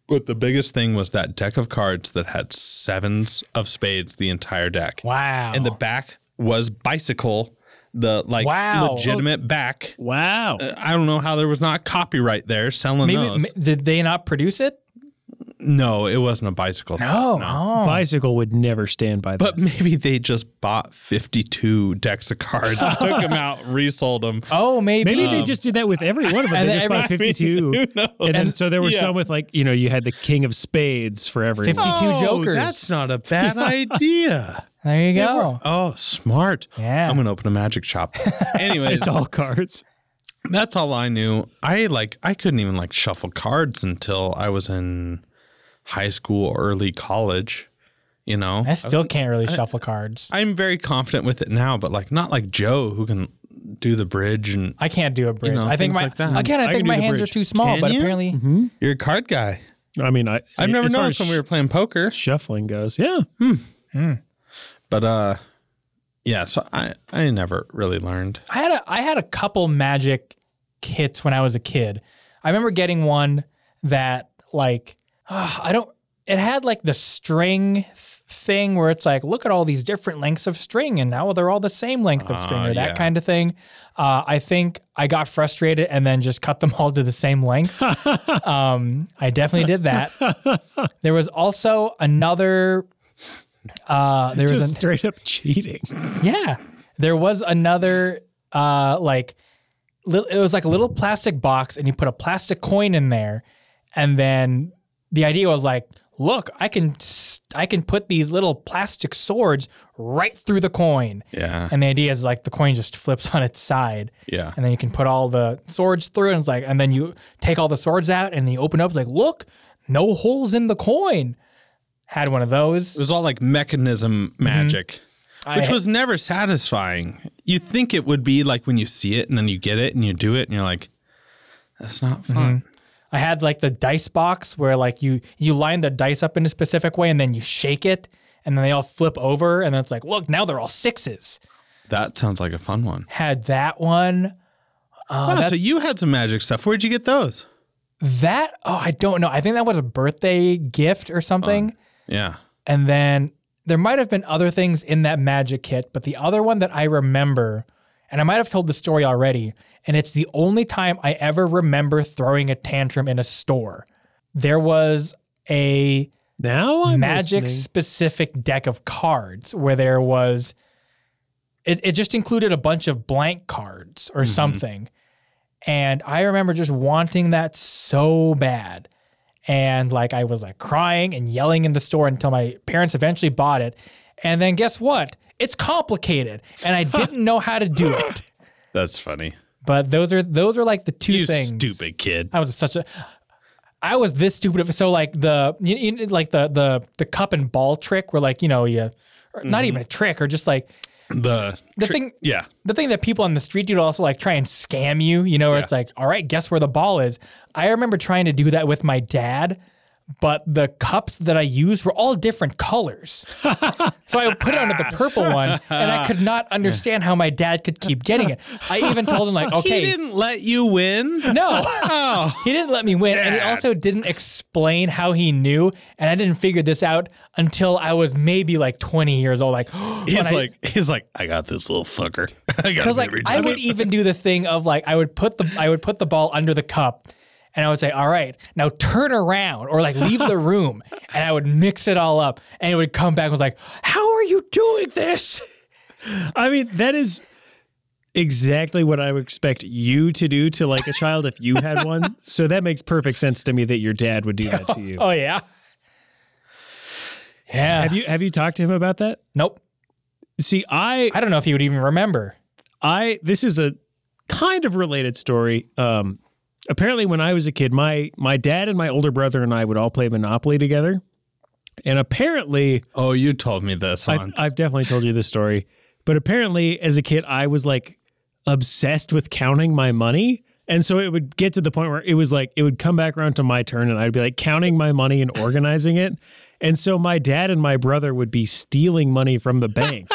But the biggest thing was that deck of cards that had sevens of spades the entire deck.
Wow.
And the back was bicycle, the like
Wow. Oh.
legitimate back.
Wow.
I don't know how there was not copyright there selling
Maybe
those.
m- did they not produce it?
no, it wasn't a bicycle. set,
Oh,
no.
oh.
Bicycle would never stand by that.
But maybe they just bought 52 decks of cards, took them out, resold them.
Oh, maybe.
Maybe
um,
they just did that with every one of them.
and
They
then
just bought
every-
52. And then so there were
Yeah.
some with like, you know, you had the king of spades for everyone.
50. jokers.
Oh, That's not a bad idea.
there you go.
Oh, smart.
Yeah.
I'm going to open a magic shop. Anyways,
It's all cards.
that's all I knew. I like I couldn't even like shuffle cards until I was in high school or early college, you know.
I still can't really shuffle cards.
I'm very confident with it now, but like not like Joe who can do the bridge and
I can't do a bridge.
know,
I think
things
my
like that.
again. I,
I
think
can do
my
the
hands
bridge.
are too small.
Can
but
you?
apparently,
you're a card guy.
I mean, I,
I've never
as far
noticed
as
when we were playing poker.
shuffling goes. Yeah.
But uh yeah, so I I never really learned.
I had a I had a couple magic kits when I was a kid. I remember getting one that like ah, I don't. It had like the string th- thing where it's like, look at all these different lengths of string, and now they're all the same length of string, or that
yeah.
kind of thing. Uh, I think I got frustrated and then just cut them all to the same length. um, I definitely did that. There was also another. Uh, there was
Just
an,
straight up cheating.
yeah. There was another uh like li- it was like a little plastic box and you put a plastic coin in there and then the idea was like, look, I can s- I can put these little plastic swords right through the coin.
Yeah.
And the idea is like the coin just flips on its side.
Yeah.
And then you can put all the swords through and it's like and then you take all the swords out and you open up it's like, look, no holes in the coin. Had one of those.
It was all like mechanism magic, which
Mm-hmm. I-
was never satisfying. You think it would be like when you see it and then you get it and you do it and you're like, that's not fun.
Mm-hmm. I had like the dice box where like you you line the dice up in a specific way and then you shake it and then they all flip over and then it's like, look, now they're all sixes.
That sounds like a fun one.
Had that one.
Wow, so
Oh, that's-
you had some magic stuff. Where'd you get those?
That oh, I don't know. I think that was a birthday gift or something.
Yeah.
And then there might have been other things in that magic kit, but the other one that I remember, and I might have told the story already, and it's the only time I ever remember throwing a tantrum in a store. There was a
Now I'm
magic
listening.
specific deck of cards where there was it, it just included a bunch of blank cards
Mm-hmm.
or something and i remember just wanting that so bad and like i was like crying and yelling in the store until my parents eventually bought it and then guess what it's complicated and i didn't know how to do it
That's funny.
but those are those are like the two
You
things Um,
stupid kid.
I was such a I was this stupid. of- So like the you, you, like the the the cup and ball trick where like you know you or not even a trick or just like
The,
the thing
Mm-hmm. yeah.
the thing that people on the street do to also like try and scam you, you know, where it's like, all right, guess where the ball is. I remember trying to do that with my dad, but the cups that I used were all different colors. so I would put it under the purple one and I could not understand how my dad could keep getting it. I even told him like, okay,
He didn't let you win.
no.
Oh.
He didn't let me win, and he also didn't explain how he knew, and I didn't figure this out until I was maybe like 20 years old. Like,
He's
when I-
like, he's like, I got this little fucker. I got him
because like
every
I
time.
would even do the thing of like I would put the I would put the ball under the cup, and I would say, "All right, now turn around," or like leave the room, and I would mix it all up, and it would come back and was like, "How are you doing this?"
I mean, that is exactly what I would expect you to do to like a child if you had one. So that makes perfect sense to me that your dad would do that to you.
Oh yeah, yeah.
Have you have you talked to him about that?
nope.
See, I
I don't know if he would even remember.
I this is a kind of related story. Um, apparently, when I was a kid, my my dad and my older brother and I would all play Monopoly together, and apparently,
oh, you told me this
I've,
once.
I've definitely told you this story, but apparently, as a kid, I was like obsessed with counting my money. And so it would get to the point where it was like, it would come back around to my turn and I'd be like counting my money and organizing it. And so my dad and my brother would be stealing money from the bank.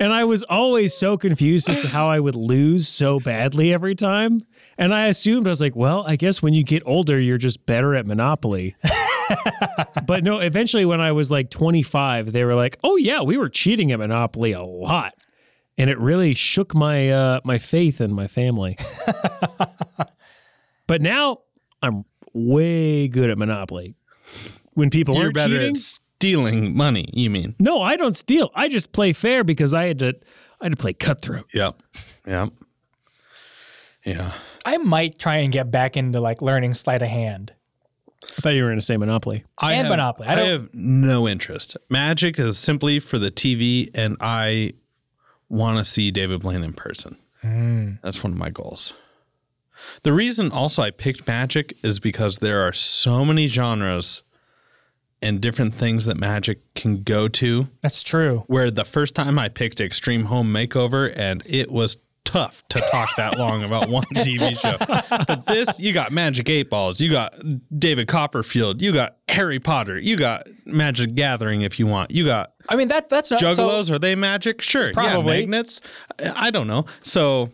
and I was always so confused as to how I would lose so badly every time. And I assumed, I was like, well, I guess when you get older, you're just better at Monopoly but no, eventually when I was like 25, they were like, "Oh yeah, we were cheating at Monopoly a lot." And it really shook my uh my faith in my family. but now I'm way good at Monopoly. When people
You're
aren't
better
cheating,
at stealing money, you mean?
no, I don't steal. I just play fair because I had to I had to play cutthroat.
Yep. Yep. Yeah.
I might try and get back into like learning sleight of hand.
I thought you were going to say Monopoly.
I
And
have,
Monopoly. I
I,
don't-
have no interest. Magic is simply for the TV, and I want to see David Blaine in person. That's one of my goals. The reason also I picked magic is because there are so many genres and different things that magic can go to.
That's true.
Where the first time I picked Extreme Home Makeover, and it was tough to talk that long about one TV show. But this, you got Magic Eight Balls, you got David Copperfield, you got Harry Potter, you got Magic Gathering if you want, you got
I mean that that's not
Juggalos.
Uh, So
are they magic? Sure,
Probably.
Yeah, magnets. I I don't know. So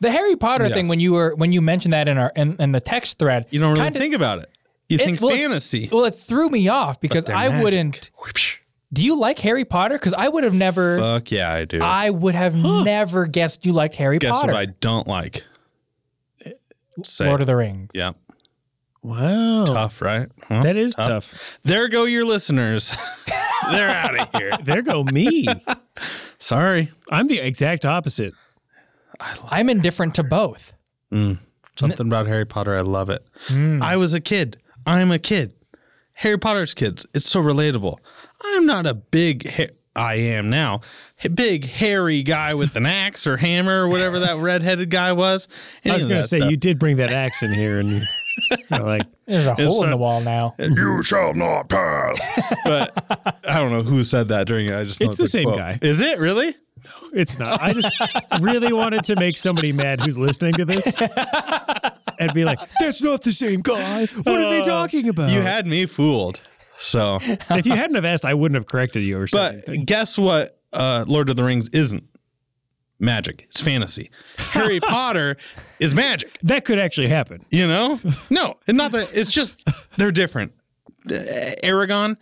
the Harry Potter thing when you were when you mentioned that in our in, in the text thread,
you don't really
kinda-
think about it. You
it-
think
well, it-
fantasy.
well, it threw me off because
they're
I
magic.
wouldn't. Do you like Harry Potter? Because I would have never.
Fuck yeah, I do.
I would have never guessed you liked Harry
Guess
Potter.
what I don't like? Say
Lord
it.
of the Rings.
yeah,
Wow.
tough, right? Huh?
That is tough.
There go your listeners. They're out of here.
There go me.
Sorry.
I'm the exact opposite.
I'm indifferent to both.
Mm.
Something about Harry Potter. I love it. I was a kid. I'm a kid. Harry Potter's kids. It's so relatable. I'm not a big, ha- I am now, a big hairy guy with an axe or hammer or whatever that redheaded guy was.
I was
Any of
going to
that
say,
stuff.
you did bring that axe in here, and you know, like,
There's a hole in
a-
the wall now.
you shall not pass. but I don't know who said that during it. I just know
It's the
a
same
quote.
guy.
Is it really?
it's not. I just really wanted to make somebody mad who's listening to this and be like, that's not the same guy. What are they talking about?
Uh, You had me fooled. So,
if you hadn't have asked, I wouldn't have corrected you or something.
but guess what? Uh, Lord of the Rings isn't magic. It's fantasy. Harry Potter is magic.
that could actually happen.
You know? No, and not that. It's just they're different. Uh, Aragon,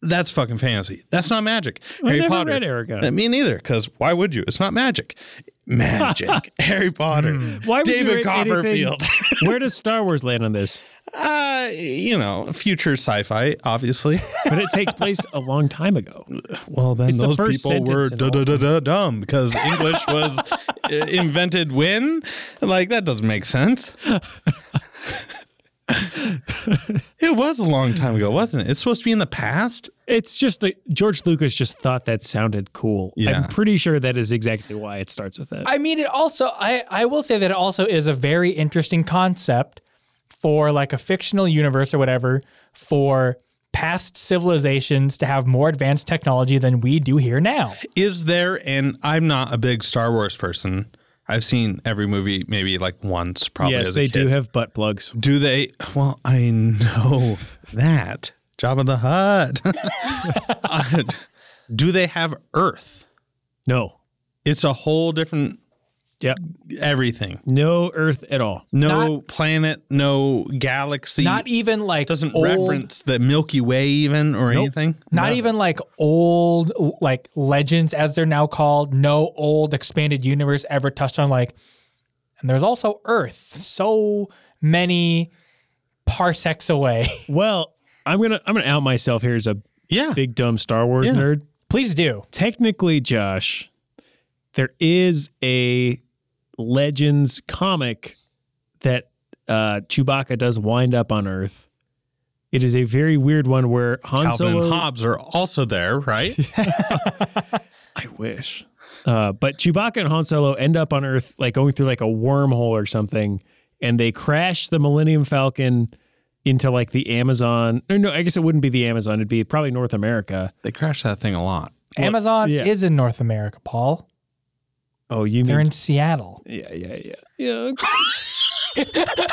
that's fucking fantasy. That's not magic. Harry
never
Potter.
read Aragon.
Uh, Me neither. Because why would you? It's not magic. Magic. Harry Potter.
Hmm. Why would you
David
rate anything-
Copperfield.
Where does Star Wars land on this?
uh, you know, future sci-fi, obviously.
But it takes place a long time ago.
Well, then
It's the
those
first
people were
sentence in all.
da-da-da-da dumb because English was uh, invented when? Like, that doesn't make sense. it was a long time ago, wasn't it? It's supposed to be in the past.
It's just a, George Lucas just thought that sounded cool.
Yeah.
I'm pretty sure that is exactly why it starts with that.
I mean, it also, I, I will say that it also is a very interesting concept for like a fictional universe or whatever for past civilizations to have more advanced technology than we do here now.
Is there, and I'm not a big Star Wars person. I've seen every movie maybe like once, probably.
yes,
as a
they
kid.
do have butt plugs.
Do they? Well, I know that. Jabba the Hutt. Uh, do they have Earth?
No.
It's a whole different
Yep.
everything.
No Earth at all.
No planet, no galaxy.
Not even like
doesn't
old-
reference the Milky Way even or anything.
Not even like old like legends as they're now called. No old expanded universe ever touched on like and there's also Earth. So many parsecs away.
Well, I'm gonna I'm gonna out myself here as a
Yeah.
big dumb Star Wars nerd.
Please do.
Technically, Josh, there is a Legends comic that uh, Chewbacca does wind up on Earth. It is a very weird one where Han
Calvin
Solo.
and Hobbes are also there, right?
I wish. Uh, but Chewbacca and Han Solo end up on Earth, like going through like a wormhole or something, and they crash the Millennium Falcon into like the Amazon. Or no, I guess it wouldn't be the Amazon. It'd be probably North America.
they crash that thing a lot.
Amazon
yeah.
is in North America, Paul.
Oh, you mean
They're in Seattle.
Yeah, yeah, yeah. Yeah.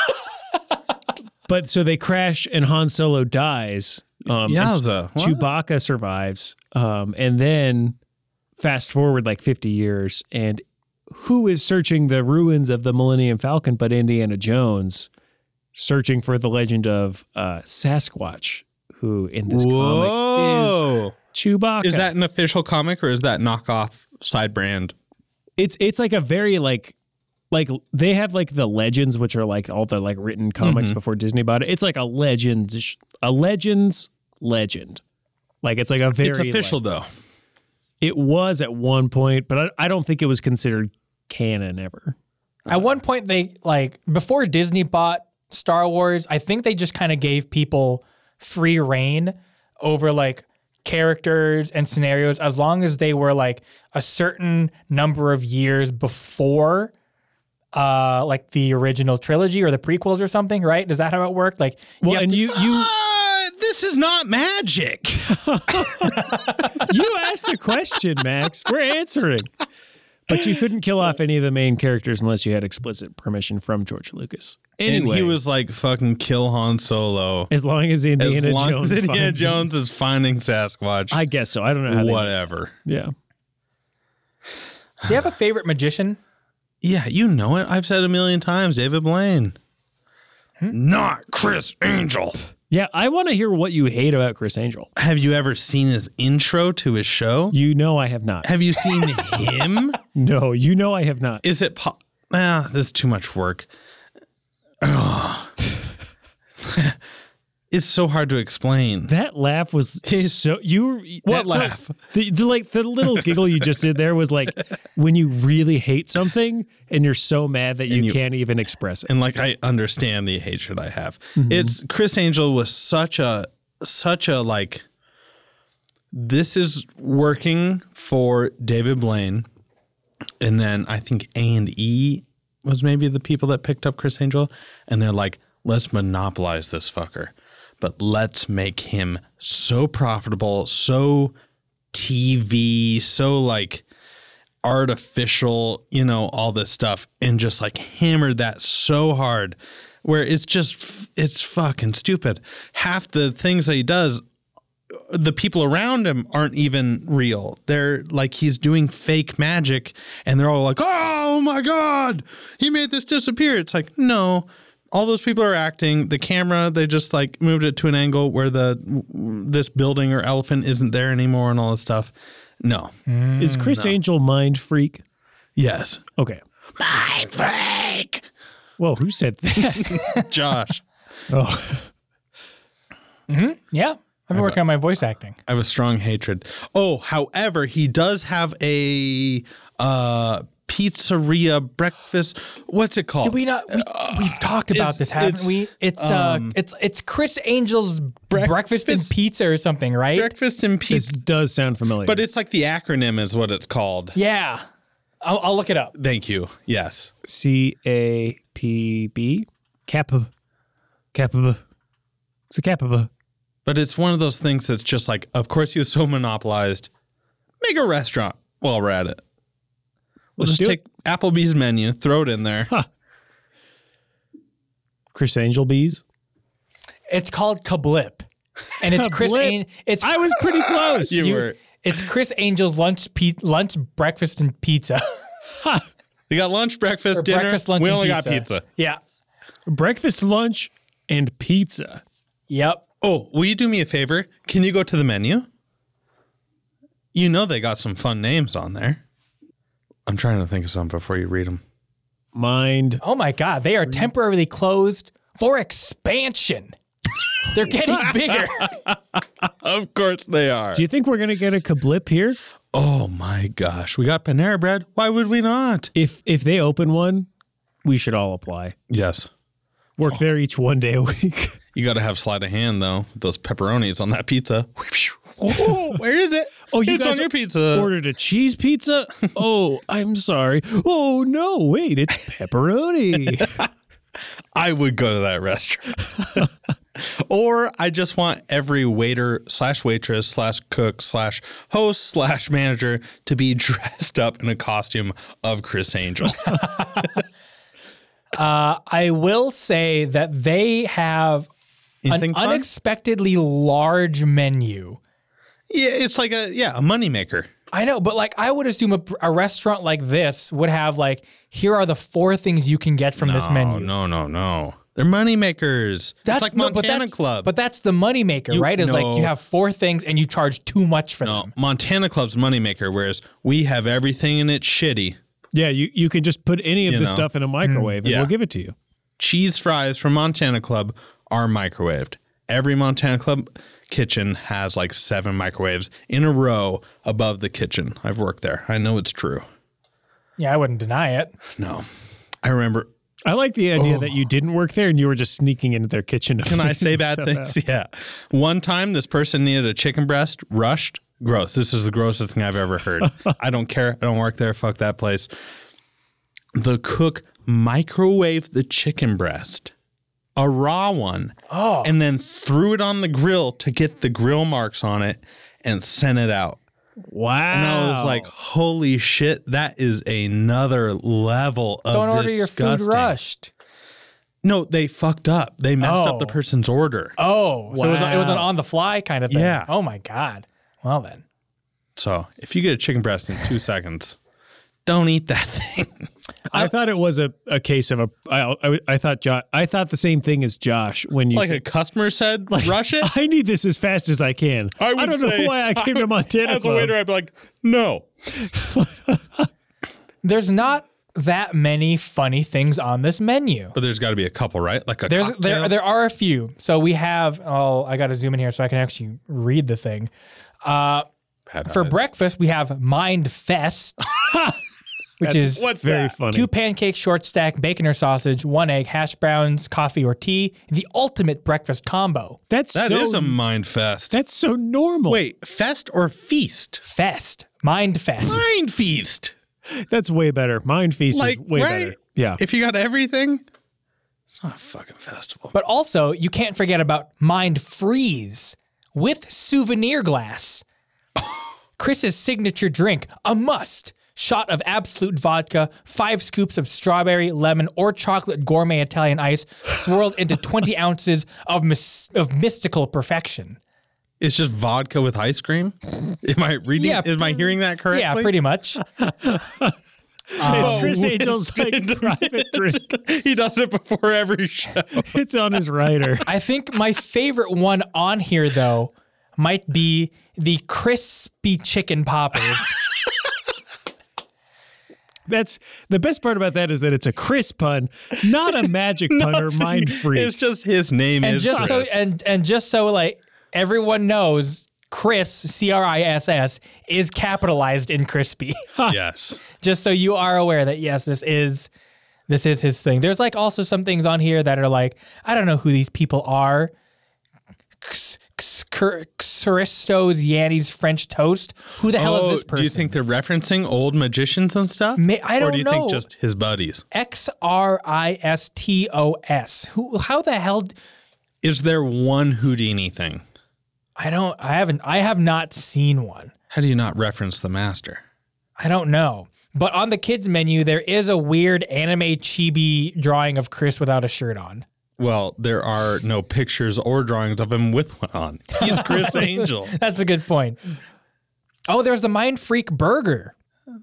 but so they crash and Han Solo dies. Um, and
Yowza. What?
Chewbacca survives. Um, and then fast forward like 50 years, and who is searching the ruins of the Millennium Falcon but Indiana Jones, searching for the legend of uh, Sasquatch, who in this comic
Whoa.
is Chewbacca.
Is that an official comic or is that knockoff side brand?
it's it's like a very like like they have like the legends which are like all the like written comics
Mm-hmm.
before Disney bought it. It's like a legends a legends legend. Like it's like a very
It's official
like-
though.
it was at one point, but I, I don't think it was considered canon ever. Uh-huh.
At one point, they like before Disney bought Star Wars. I think they just kind of gave people free reign over like characters and scenarios as long as they were like a certain number of years before uh like the original trilogy or the prequels or something right is that how it worked like you
Well,
have
and
to-
you you
Uh, this is not magic.
you asked the question, Max. We're answering. But you couldn't kill off any of the main characters unless you had explicit permission from George Lucas. Anyway,
And he was like fucking kill Han Solo.
as long as
As
Indiana
long
Jones
as Indiana
finds him.
Jones is finding Sasquatch.
I guess so. I don't know how they
whatever.
Yeah.
do you have a favorite magician
Yeah, you know it. I've said a million times, David Blaine. Not Chris Angel.
Yeah, I want to hear what you hate about Chris Angel.
Have you ever seen his intro to his show?
You know I have not.
Have you seen him?
No, you know I have not.
Is it po- ah, this is too much work. Ugh. it's so hard to explain.
That laugh was so you
What
that-
laugh?
The, the like the little giggle you just did there was like when you really hate something and you're so mad that you,
you-
can't even express it.
and like I understand the hatred I have. It's Chris Angel was such a such a like this is working for David Blaine and then I think A and E was maybe the people that picked up Chris Angel and they're like let's monopolize this fucker but let's make him so profitable so TV so like artificial, you know, all this stuff, and just like hammered that so hard, where it's just it's fucking stupid. Half the things that he does, the people around him aren't even real. They're like he's doing fake magic, and they're all like, "Oh my god, he made this disappear." It's like no. All those people are acting. The camera, they just like moved it to an angle where the this building or elephant isn't there anymore, and all this stuff. Mm, No.
Is Chris Angel mind freak?
Yes.
Okay.
Mind freak.
Whoa, who said that?
Josh.
oh,
Yeah. I've been working on my voice acting.
I have a strong hatred. Oh, however, he does have a uh, pizzeria breakfast. What's it called?
Did we not? We, we've talked about
it's-
this, haven't
it's, um,
we? It's uh, it's it's Chris Angel's breakfast and pizza or something, right?
breakfast and
this
pizza.
does sound familiar.
But it's like the acronym is what it's called.
yeah, I'll, I'll look it up.
Thank you. Yes.
C A P B Kappa Kappa. It's a Kappa.
But it's one of those things that's just like, of course, he was so monopolized. Make a restaurant while we're at it. We'll
Let's
just
do
take Applebee's menu, throw it in there.
Chris Angel bees.
It's called Kablip, and it's Chris.
Kablip?
An- it's
I was pretty close.
You
you-
were-
It's Chris Angel's lunch pe- lunch breakfast and pizza.
They got lunch, breakfast,
Or
dinner.
breakfast, lunch,
we
and
only
pizza.
got pizza.
yeah.
breakfast, lunch, and pizza.
Yep.
Oh, will you do me a favor? Can you go to the menu? You know they got some fun names on there. I'm trying to think of some before you read them.
Mind.
Oh my God, they are temporarily closed for expansion. They're getting bigger.
Of course they are.
Do you think we're gonna get a kablip here?
oh my gosh, we got Panera Bread. Why would we not?
If if they open one, we should all apply.
Yes.
Work there each one day a week.
You got to have sleight of hand though. with Those pepperonis on that pizza. Oh, where is it?
Oh, you
it's
guys
on your pizza.
Ordered a cheese pizza? Oh, I'm sorry. Oh no, wait, it's pepperoni.
I would go to that restaurant. or I just want every waiter slash waitress slash cook slash host slash manager to be dressed up in a costume of Chris Angel.
I will say that they have
Anything
an
fun?
unexpectedly large menu.
yeah, it's like a yeah, a moneymaker.
I know, but like I would assume a, a restaurant like this would have like here are the four things you can get from this menu.
Oh, no, no, no. They're moneymakers.
That-
It's like
no,
Montana
that's,
Club.
But that's the moneymaker, right? Is like you
no.
have four things and you charge too much for
no,
them.
Montana Club's moneymaker, whereas we have everything and it's shitty.
yeah, you, you can just put any of
You
this
know. Mm.
stuff in a microwave and
yeah.
we'll give it to you.
cheese fries from Montana Club are microwaved. Every Montana Club kitchen has like seven microwaves in a row above the kitchen. I've worked there. I know it's true.
Yeah, I wouldn't deny it.
No. I remember.
I like the idea that you didn't work there and you were just sneaking into their kitchen. To
Oh. Can I say bad things? Yeah. One time, this person needed a chicken breast, rushed. Gross. This is the grossest thing I've ever heard. I don't care. I don't work there. Fuck that place. The cook microwaved the chicken breast, a raw one,
Oh,
and then threw it on the grill to get the grill marks on it and sent it out.
Wow.
And I was like, holy shit, that is another level of
don't order your food
disgusting.
rushed.
No, they fucked up. They messed
Oh.
up the person's order.
Oh, so it was, it was an
Wow.
on the fly kind of thing.
Yeah.
Oh my god. Well then.
So if you get a chicken breast in two seconds, don't eat that thing.
I thought it was a, a case of a. I, I, I thought Josh. I thought the same thing as Josh when you
Like a
said,
customer said, rush it.
I need this as fast as I can. I don't know why I came to Montana.
As a
Club.
waiter, I'd be like, no.
There's not that many funny things on this menu.
But there's got to be a couple, right? Like a
There's
cocktail?
there there are a few. So we have oh, I got to zoom in here so I can actually read the thing. Uh
Had
for
eyes.
breakfast we have Mind Fest. which
That's-
is
what's very
that?
funny.
two pancakes, short stack, bacon or sausage, one egg, hash browns, coffee or tea, the ultimate breakfast combo.
that's
That
so,
is a mind fest.
that's so normal.
Wait, fest or feast?
Fest, mind fest.
Mind feast.
that's way better. Mind feast
Like,
is way
right?
better. Yeah,
If you got everything, it's not a fucking festival.
But also, you can't forget about Mind Freeze with souvenir glass. Chris's signature drink, a must. Shot of absolute vodka, five scoops of strawberry, lemon, or chocolate gourmet Italian ice, swirled into 20 ounces of, mys- of mystical perfection.
It's just vodka with ice cream. Am I reading?
Yeah,
am I hearing that correctly?
Yeah, pretty much.
Uh, it's Chris
Oh,
Angel's like private drink.
he does it before every show.
It's on his rider.
I think my favorite one on here, though, might be the crispy chicken poppers.
That's the best part about that is that it's a Chris pun, not a magic pun or mind freak.
It's just his name
and
is
just so
Chris.
and and just so like everyone knows chris c-r-i-s-s is capitalized in crispy
yes.
just so you are aware that yes this is this is his thing there's like also some things on here that are like i don't know who these people are X- X- Cur- Xeristo's Yanni's French toast. Who the hell is this person?
Oh, do you think they're referencing old magicians and stuff?
Ma- I
Or
don't
do you
know.
think just his buddies?
X R I S T O S? Who? How the hell? d-
Is there one Houdini thing?
I don't. I haven't. I have not seen one.
How do you not reference the master?
I don't know. But on the kids menu, there is a weird anime chibi drawing of Chris without a shirt on.
Well, there are no pictures or drawings of him with one on. He's Chris Angel.
That's a good point. Oh, there's the Mind Freak burger.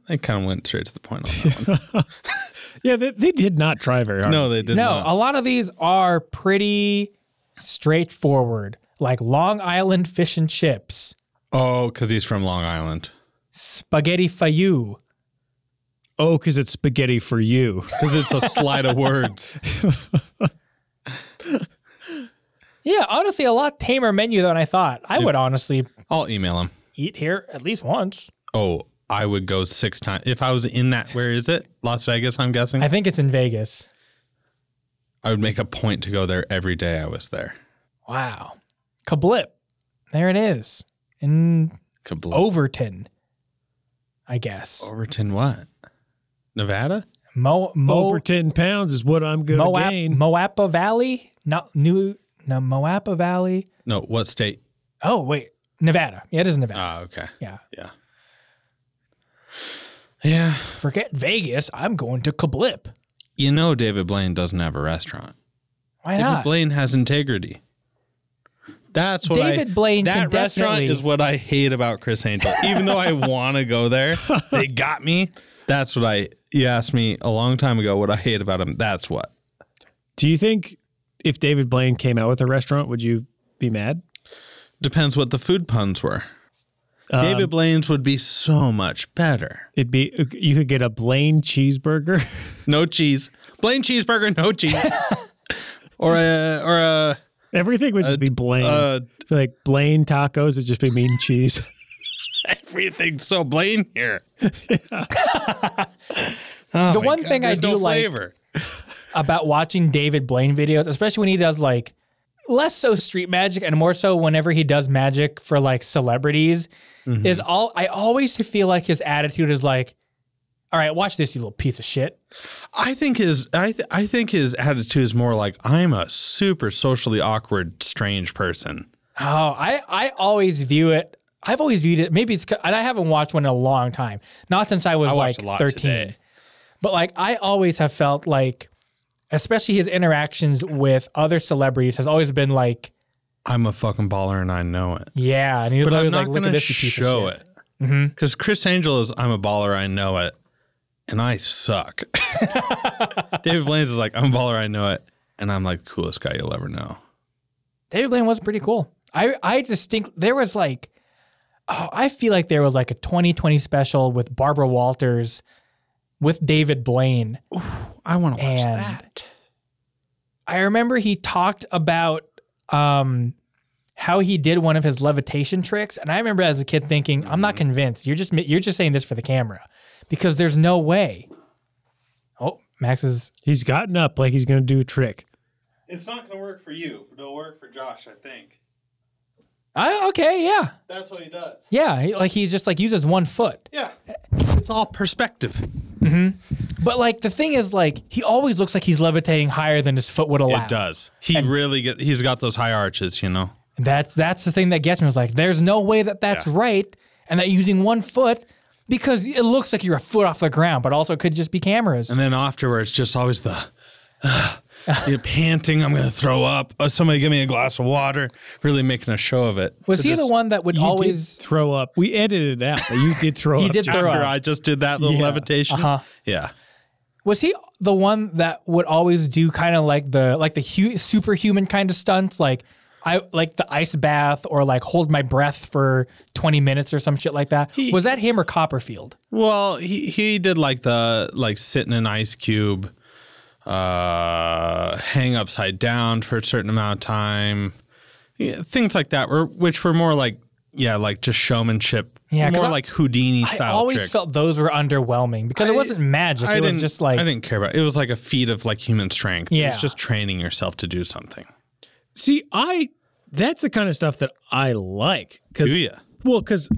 They kind of went straight to the point on that one.
Yeah, they, they did not try very hard.
No, they did
No,
not.
a lot of these are pretty straightforward, like Long Island fish and chips,
Oh, because he's from Long Island.
spaghetti fayou,
Oh, because it's spaghetti for you.
Because it's a slide of words.
Yeah, honestly, a lot tamer menu than I thought. I would honestly
I'll email him.
eat here at least once.
Oh, I would go six times if I was in that. Where is it? Las Vegas, I'm guessing.
I think it's in Vegas.
I would make a point to go there every day I was there.
Wow. Kablip. There it is. In
Kablo-
Overton, I guess.
Overton, what? Nevada?
Mo, Mo,
Over ten pounds is what I'm going to
Moap,
gain.
Moapa Valley, not New, no Moapa Valley.
No, what state?
Oh wait, Nevada. Yeah, it is Nevada.
Ah, okay.
yeah,
Yeah. Yeah.
forget Vegas. I'm going to Kablip.
You know, David Blaine doesn't have a restaurant.
Why
David
not?
Blaine has integrity. That's what
David
I,
Blaine can
That restaurant
definitely-
is what I hate about Chris Angel. Even though I want to go there, they got me. That's what I. You asked me a long time ago what I hate about him. That's what.
Do you think if David Blaine came out with a restaurant, would you be mad?
Depends what the food puns were.
Um,
David Blaine's would be so much better.
It'd be you could get a Blaine cheeseburger.
No cheese. Blaine cheeseburger, no cheese. or a or a
Everything would just be Blaine.
uh,
like Blaine tacos would just be meat and cheese.
everything's so Blaine here.
the one thing I
There's
do
no
like
flavor.
about watching David Blaine videos, especially when he does like less so street magic and more so whenever he does magic for like celebrities,
Mm-hmm.
is all I always feel like his attitude is like, "All right, watch this, you little piece of shit."
I think his I th- I think his attitude is more like I'm a super socially awkward strange person.
Oh, I I always view it. I've always viewed it. Maybe it's 'cause- and I haven't watched one in a long time. Not since I was
I
like
watched a lot
thirteen.
today.
But like I always have felt like, especially his interactions with other celebrities has always been like,
I'm a fucking baller and I know it.
yeah. And he was
But I'm
always
not
like, look at
gonna
this you piece
show
of shit. Mm-hmm.
it because Chris Angel is I'm a baller I know it and I suck. David Blaine's is like I'm a baller I know it and I'm like the coolest guy you'll ever know.
David Blaine was pretty cool. I I distinct there was like oh, I feel like there was like a 2020 special with Barbara Walters with David Blaine.
I want to watch
And-
that.
I remember he talked about um how he did one of his levitation tricks and
Mm-hmm.
I remember as a kid thinking I'm not convinced. You're just you're just saying this for the camera because there's no way. Oh, Max is
He's gotten up like he's going to do a trick.
It's not going to work for you, but it'll work for Josh, I think.
Ah, okay, yeah,
That's what he does.
yeah. He, like he just like uses one foot,
Yeah. It's all perspective.
but like the thing is, like he always looks like he's levitating higher than his foot would allow.
It does. He really get he's got those high arches, you know.
That's that's the thing that gets me. Is like, there's no way that that's right, and that using one foot because it looks like you're a foot off the ground, but also it could just be cameras.
And then afterwards just always the you're panting, I'm gonna throw up. Uh, somebody give me a glass of water. Really making a show of it.
Was
To
he
just-
the one that would
You
always?
did throw up. We edited it out, but you did throw
He
up.
did
Josh.
throw
after
up.
I just did that little
Yeah.
levitation?
Uh-huh.
Yeah.
Was he the one that would always do kind of like the like the hu- superhuman kind of stunts, like I like the ice bath or like hold my breath for twenty minutes or some shit like that? was that him or Copperfield?
Well, he he did like the like sit in an ice cube, uh, hang upside down for a certain amount of time, yeah, things like that. Were which were more like yeah, like just showmanship.
Yeah, 'cause
more
I-
like Houdini
I
style
always
tricks.
felt those were underwhelming because it wasn't magic.
I
it was
didn't-
just like
I didn't care about. It. it was like a feat of like human strength. it
Yeah.
was just training yourself to do something.
See, I that's the kind of stuff that I like because
Do ya?
well, because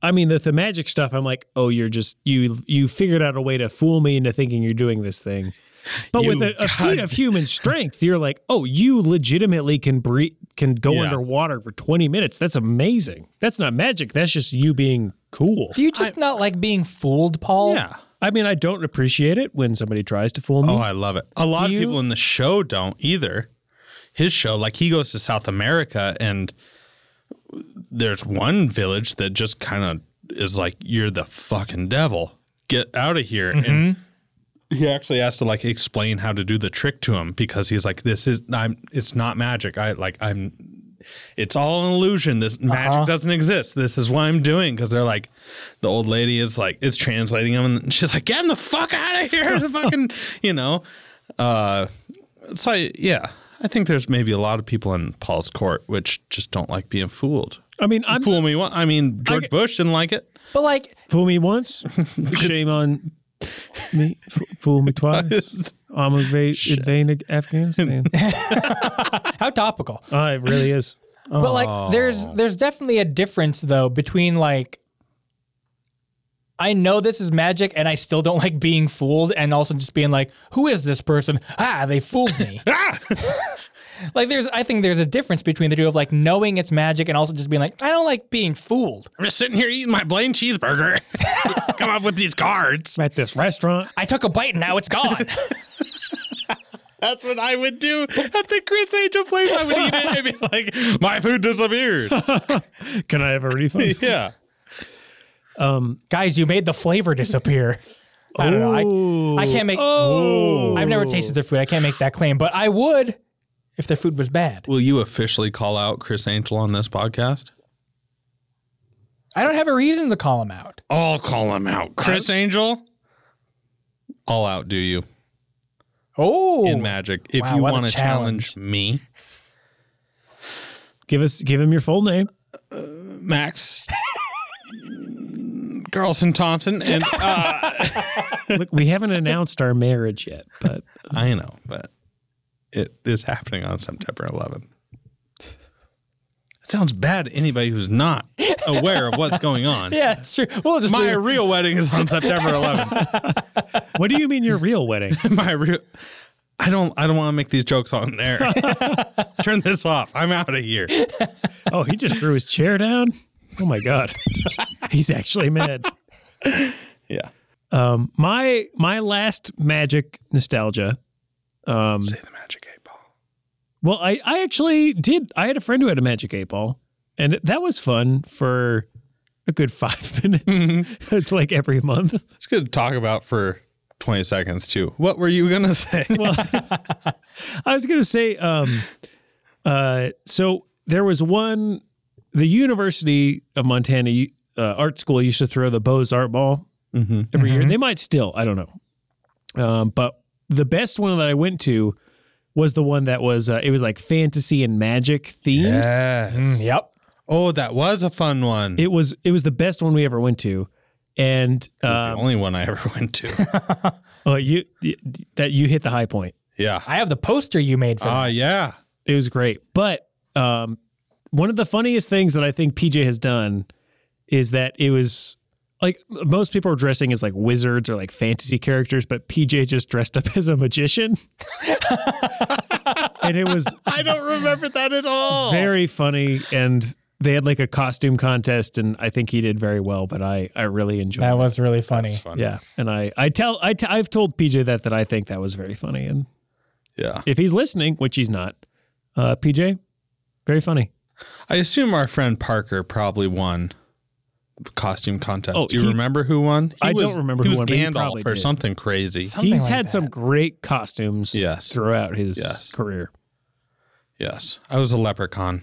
I mean the the magic stuff. I'm like, oh, you're just you you figured out a way to fool me into thinking you're doing this thing. But with
You
a, a feat of human strength, you're like, oh, you legitimately can breathe, can go
Yeah.
underwater for 20 minutes. That's amazing. That's not magic. That's just you being cool.
do you just not like being fooled, Paul?
Yeah.
I mean, I don't appreciate it when somebody tries to fool me.
Oh, I love it. A lot
Do
of
you-
people in the show don't either. His show, like he goes to South America and there's one village that just kind of is like, you're the fucking devil. Get out of here. And
Mm-hmm.
he actually has to like explain how to do the trick to him because he's like, this is, I'm, it's not magic. I like, I'm, it's all an illusion. This
Uh-huh.
magic doesn't exist. This is what I'm doing. Cause they're like, the old lady is like, it's translating him. And she's like, get him the fuck out of here. The fucking, you know, uh, so I, yeah, I think there's maybe a lot of people in Paul's court which just don't like being fooled.
I mean, I'm
Fool me one. I mean, George Bush didn't like it.
But like
Fool me once, shame on me. F- fool me twice, I'm a va- invade Afghanistan.
how topical.
oh, it really is.
But like there's there's definitely a difference though between like I know this is magic and I still don't like being fooled and also just being like who is this person? Ah, they fooled me. like there's I think there's a difference between the two of like knowing it's magic and also just being like I don't like being fooled.
I'm just sitting here eating my Blaine cheeseburger. Come up with these cards.
At this restaurant,
I took a bite and now it's gone.
That's what I would do at the Chris Angel place. I would eat it and be like, my food disappeared.
can I have a refund?
Yeah.
Guys, you made the flavor disappear. I don't know. I, I can't make I've never tasted their food. I can't make that claim, but I would if their food was bad.
Will you officially call out Chris Angel on this podcast?
I don't have a reason to call them out.
I'll call him out. Chris Angel, I'll outdo you
Oh,
in magic. If
Wow,
you
what a
want to challenge me,
Give us, give him your full name.
Max Carlson Thompson, and uh,
Look, we haven't announced our marriage yet, but
I know, but it is happening on September 11th. It sounds bad to anybody who's not aware of what's going on.
Yeah, it's true. We'll just
My
leave-
real wedding is on September 11th.
what do you mean your real wedding?
My real. I don't. I don't want to make these jokes on there. Turn this off. I'm out of here.
Oh, he just threw his chair down. Oh my god, he's actually mad.
Yeah.
Um, my my last magic nostalgia. Um,
Say the magic eight ball.
Well, I, I actually did. I had a friend who had a magic eight ball, and that was fun for a good five minutes,
Mm-hmm.
like every month.
It's good to talk about for 20 seconds too. What were you gonna say?
I was gonna say, um, uh, so there was one. The University of Montana uh, Art School used to throw the Bose Art Ball every year. They might still, I don't know, um, but the best one that I went to was the one that was uh, it was like fantasy and magic themed.
Yes.
Yep.
Oh, that was a fun one.
It was it was the best one we ever went to, and
It was
uh,
the only one I ever went to.
Oh, you that you hit the high point.
Yeah.
I have the poster you made for
Ah, yeah.
It was great. But um, one of the funniest things that I think PJ has done is that it was like most people are dressing as like wizards or like fantasy characters, but PJ just dressed up as a magician. and it was
I don't remember that at all.
very funny. And they had like a costume contest, and I think he did very well, but I, I really enjoyed
that.
it.
Was really funny.
funny.
Yeah. And I, I tell, I, t- I've told PJ that, that I think that was very funny. And
Yeah.
if he's listening, which he's not, uh, PJ, very funny.
I assume our friend Parker probably won the costume contest.
Oh,
Do you
he-
remember who won? He
I don't remember
he
who
was
won, but he probably
Gandalf or
did.
something crazy.
Something
he's
like
had
that.
some great costumes
Yes.
throughout his
Yes.
career.
Yes. I was a leprechaun.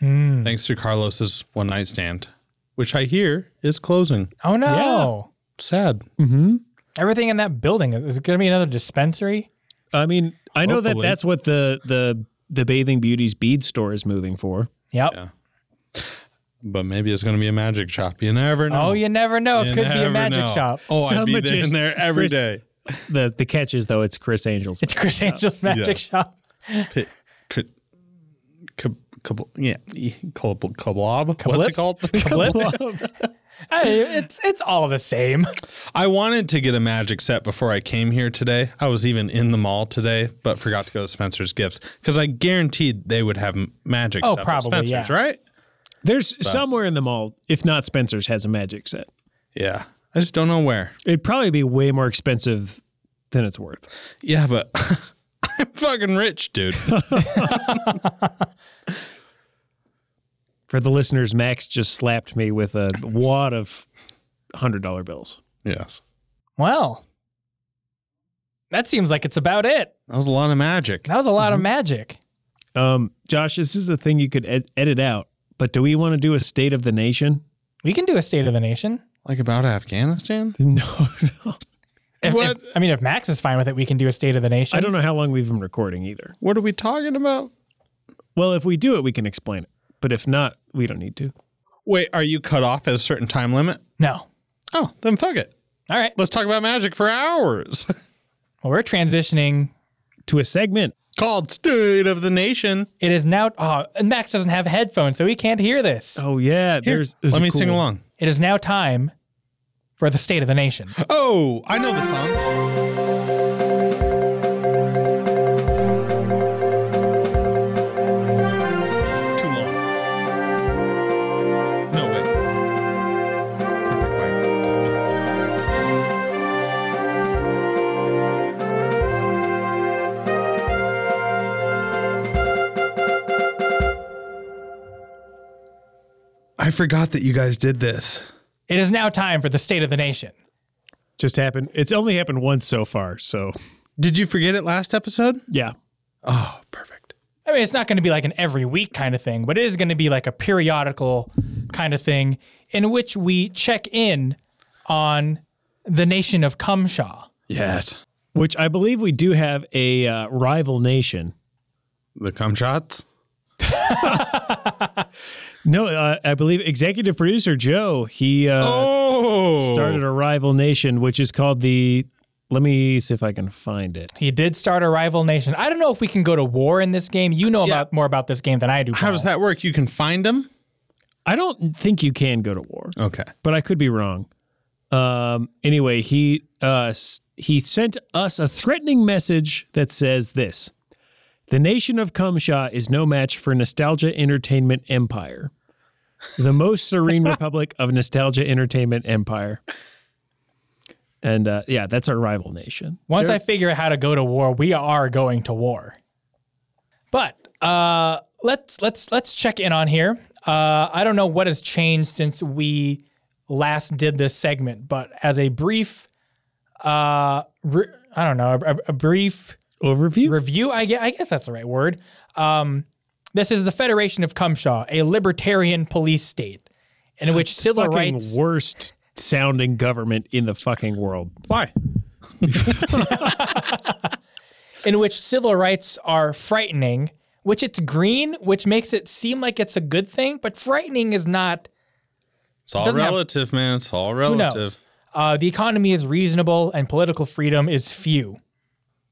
Hmm.
Thanks to Carlos's one night stand, which I hear is closing.
Oh no!
Sad.
Mm-hmm. Everything in that building is, is it going to be another dispensary.
I mean, I know that
Hopefully.
that's what the the the Bathing Beauty's bead store is moving for.
Yep.
Yeah. But maybe it's going to be a magic shop. You never know.
Oh, you never know. It
You
could be a
never
magic
know.
shop.
Oh, I'd
Some
be there-
magician-
in there every
Chris-
day.
The the catch is though it's Chris Angel's.
It's Chris Angel's magic
Yeah.
shop.
Pit, could, cab, cab, yeah, cab, cablob. What's
Cablip?
it called?
Hey, it's it's all the same.
I wanted to get a magic set before I came here today. I was even in the mall today, but forgot to go to Spencer's Gifts because I guaranteed they would have m- magic.
Oh,
set at
probably,
Spencer's,
yeah.
right?
There's somewhere in the mall, if not Spencer's, has a magic set.
Yeah. I just don't know where.
It'd probably be way more expensive than it's worth.
Yeah, but I'm fucking rich, dude.
For the listeners, Max just slapped me with a wad of hundred dollar bills.
yes.
Well, that seems like it's about it.
That was a lot of magic.
That was a lot of magic.
Um, Josh, this is the thing you could ed- edit out, but do we want to do a state of the nation?
We can do a state of the nation.
Like about Afghanistan?
No, no.
If, if-
What?
I mean, if Max is fine with it, we can do a state of the nation.
I don't know how long we've been recording either.
What are we talking about?
Well, if we do it, we can explain it. But if not, we don't need to.
Wait, are you cut off at a certain time limit?
No.
Oh, then fuck it.
All right.
Let's talk about magic for hours.
Well, we're transitioning.
To a segment.
Called State of the Nation.
It is now. Oh, and Max doesn't have headphones, so he can't hear this.
Oh yeah, there's. there's a
Let me
cool-
sing along.
It is now time for the state of the nation.
Oh, I know the song. Too long. No way. I forgot that you guys did this.
It is now time for the state of the nation.
Just happened. It's only happened once so far. So
Did you forget it last episode?
yeah,
Oh, perfect.
I mean, it's not going to be like an every week kind of thing, but it is going to be like a periodical kind of thing in which we check in on the nation of Cumshaw.
Yes.
which I believe we do have a uh, rival nation.
The cum shots?
No, uh, I believe executive producer Joe. He uh,
Oh.
started a rival nation, which is called the. Let me see if I can find it.
He did start a rival nation. I don't know if we can go to war in this game. You know about more about this game than I do.
How does that work? You can find them?
I don't think you can go to war.
Okay.
but I could be wrong. Um, anyway, he uh, s- he sent us a threatening message that says this: "The nation of Kumsha is no match for nostalgia entertainment empire, the most serene republic of nostalgia entertainment empire." And uh, yeah, that's our rival nation.
Once I figure out how to go to war, we are going to war. But uh, let's let's let's check in on here. Uh, I don't know what has changed since we last did this segment, but as a brief, uh, re- I don't know, a, a- a brief
Overview.
review. I guess, I guess that's the right word. Um, this is the Federation of Cumshaw, a libertarian police state in which civil
fucking
rights.
worst sounding government in the fucking world.
Why?
in which civil rights are frightening, which it's green, which makes it seem like it's a good thing, but frightening is not.
It's all
Doesn't have-
relative, man. It's all
Who
relative.
knows? Uh, the economy is reasonable and political freedom is few.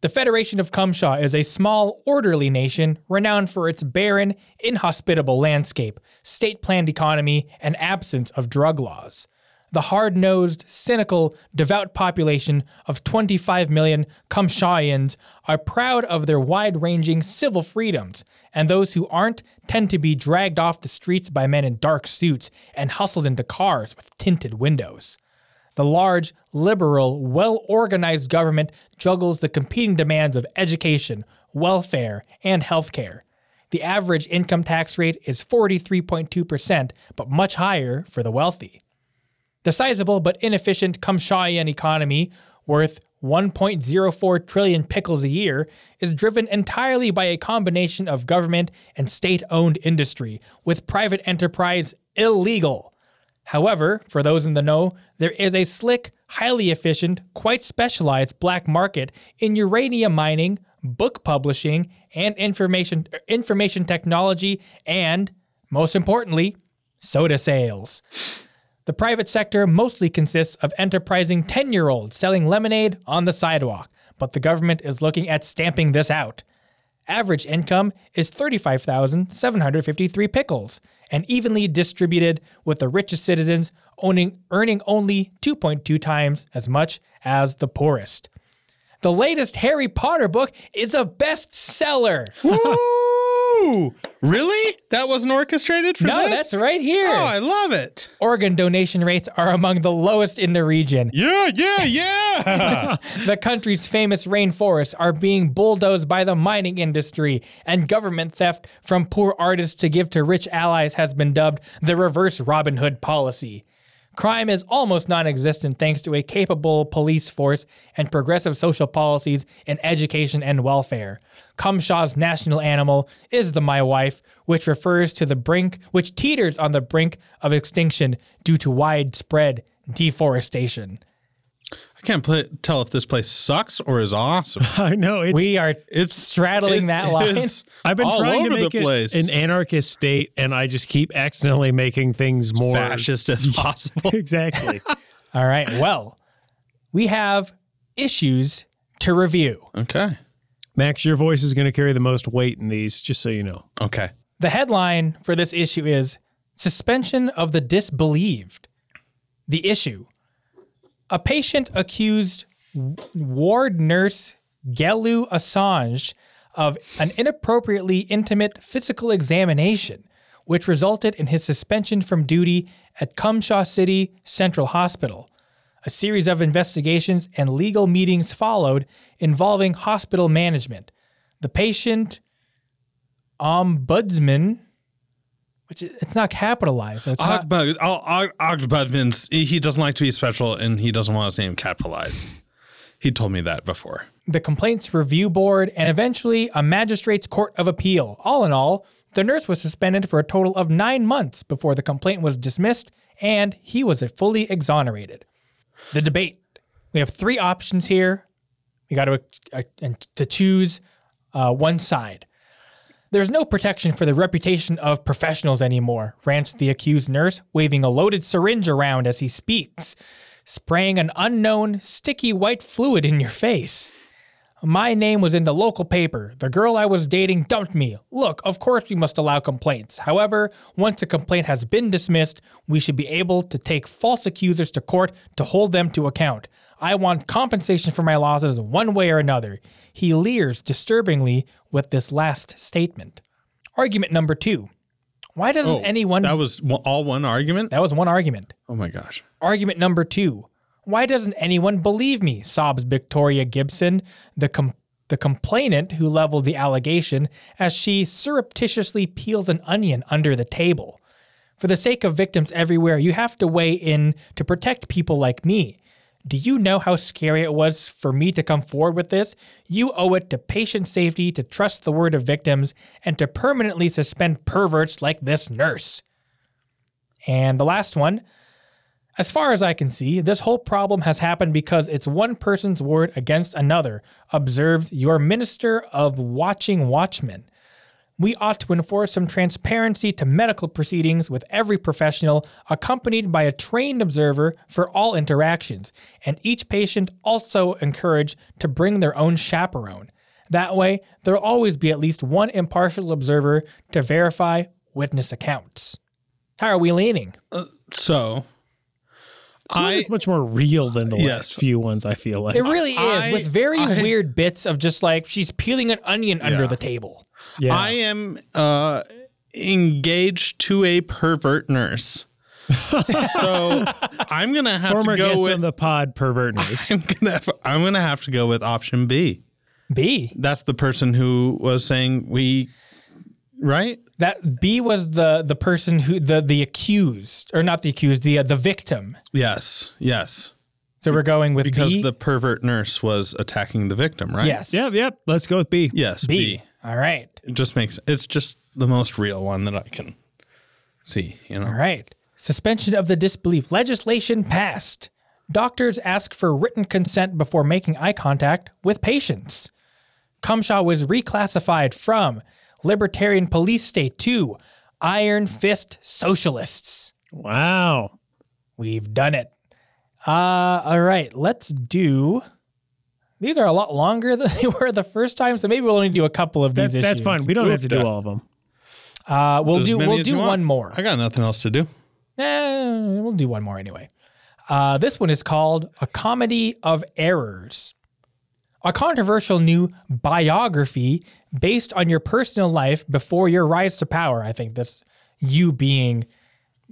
The Federation of Cumshaw is a small, orderly nation renowned for its barren, inhospitable landscape, state planned economy, and absence of drug laws. The hard nosed, cynical, devout population of 25 million Cumshawians are proud of their wide ranging civil freedoms, and those who aren't tend to be dragged off the streets by men in dark suits and hustled into cars with tinted windows. The large, liberal, well organized government juggles the competing demands of education, welfare, and healthcare. The average income tax rate is 43.2%, but much higher for the wealthy. The sizable but inefficient Kumshayan economy, worth 1.04 trillion pickles a year, is driven entirely by a combination of government and state owned industry, with private enterprise illegal. However, for those in the know, there is a slick, highly efficient, quite specialized black market in uranium mining, book publishing, and information information technology and most importantly, soda sales. The private sector mostly consists of enterprising 10 year olds selling lemonade on the sidewalk, but the government is looking at stamping this out. Average income is 35,753 pickles and evenly distributed, with the richest citizens owning, earning only 2.2 times as much as the poorest. The latest Harry Potter book is a bestseller.
Woo! really? That wasn't orchestrated for
No,
this?
that's right here.
Oh, I love it.
Organ donation rates are among the lowest in the region.
Yeah, yeah, yeah.
The country's famous rainforests are being bulldozed by the mining industry, and government theft from poor artists to give to rich allies has been dubbed the reverse Robin Hood policy. Crime is almost non existent thanks to a capable police force and progressive social policies in education and welfare. Cumshaw's national animal is the my wife, which refers to the brink, which teeters on the brink of extinction due to widespread deforestation.
I can't pl- tell if this place sucks or is awesome.
I know it's.
We are
It's
straddling that line.
I've been
all
trying to
over the
make it
place.
an anarchist state, and I just keep accidentally making things more
fascist as possible.
exactly.
All right. Well, we have issues to review.
okay.
Max, your voice is going to carry the most weight in these, just so you know.
Okay.
The headline for this issue is Suspension of the Disbelieved. The issue A patient accused w- ward nurse Gelu Assange of an inappropriately intimate physical examination, which resulted in his suspension from duty at Cumshaw City Central Hospital. A series of investigations and legal meetings followed involving hospital management. The patient ombudsman, which is, it's not capitalized. So
Uh,
it's not,
Ogbug, means he doesn't like to be special and he doesn't want his name capitalized. He told me that before.
the complaints review board, and eventually a magistrate's court of appeal. All in all, the nurse was suspended for a total of nine months before the complaint was dismissed, and he was fully exonerated. The debate. We have three options here. We got to uh, and to choose uh, one side. There's no protection for the reputation of professionals anymore, rants the accused nurse, waving a loaded syringe around as he speaks, spraying an unknown, sticky white fluid in your face. My name was in the local paper. The girl I was dating dumped me. Look, of course we must allow complaints. However, once a complaint has been dismissed, we should be able to take false accusers to court to hold them to account. I want compensation for my losses one way or another. He leers disturbingly with this last statement. Argument number two. Why doesn't anyone.
Oh, That was one- all one argument?
that was one argument.
Oh my gosh.
Argument number two. Why doesn't anyone believe me? sobs Victoria Gibson, the, com- the complainant who leveled the allegation, as she surreptitiously peels an onion under the table. For the sake of victims everywhere, you have to weigh in to protect people like me. Do you know how scary it was for me to come forward with this? You owe it to patient safety to trust the word of victims and to permanently suspend perverts like this nurse. And the last one. As far as I can see, this whole problem has happened because it's one person's word against another, observes your minister of watching watchmen. we ought to enforce some transparency to medical proceedings with every professional, accompanied by a trained observer for all interactions, and each patient also encouraged to bring their own chaperone. That way, there'll always be at least one impartial observer to verify witness accounts. How are we leaning?
So
I,
I
it's much more real than the
Yes.
last few ones. I feel like
It really
I-
is, with very
I-
weird bits of just like she's peeling an onion under
Yeah.
the table.
yeah.
I am uh, engaged to a pervert nurse. so I'm gonna have
Former
to go
guest
with
on the pod, pervert news.
I'm gonna have, I'm gonna have to go with option B.
B.
That's the person who was saying we right?
That B was the the person who the the accused or not the accused the uh, the victim.
Yes, yes.
So we're going with
Because
B.
the pervert nurse was attacking the victim, right?
yes.
Yep, yep. Let's go with B.
Yes,
B.
B.
All right.
It just makes it's just the most real one that I can see, you know.
All right. Suspension of the disbelief. Legislation passed. Doctors ask for written consent before making eye contact with patients. Cumshaw was reclassified from libertarian police state to iron fist socialists.
Wow.
We've done it. Uh, all right, let's do. These are a lot longer than they were the first time, so maybe we'll only do a couple of
That,
these
that's
issues.
fine. We don't have to do
Oopta.
all of them.
Uh, we'll
As
do
many
we'll
as you
do
want.
one more.
I got nothing else to do.
Eh, we'll do one more anyway. Uh, this one is called A Comedy of Errors. A controversial new biography based on your personal life before your rise to power. I think that's you being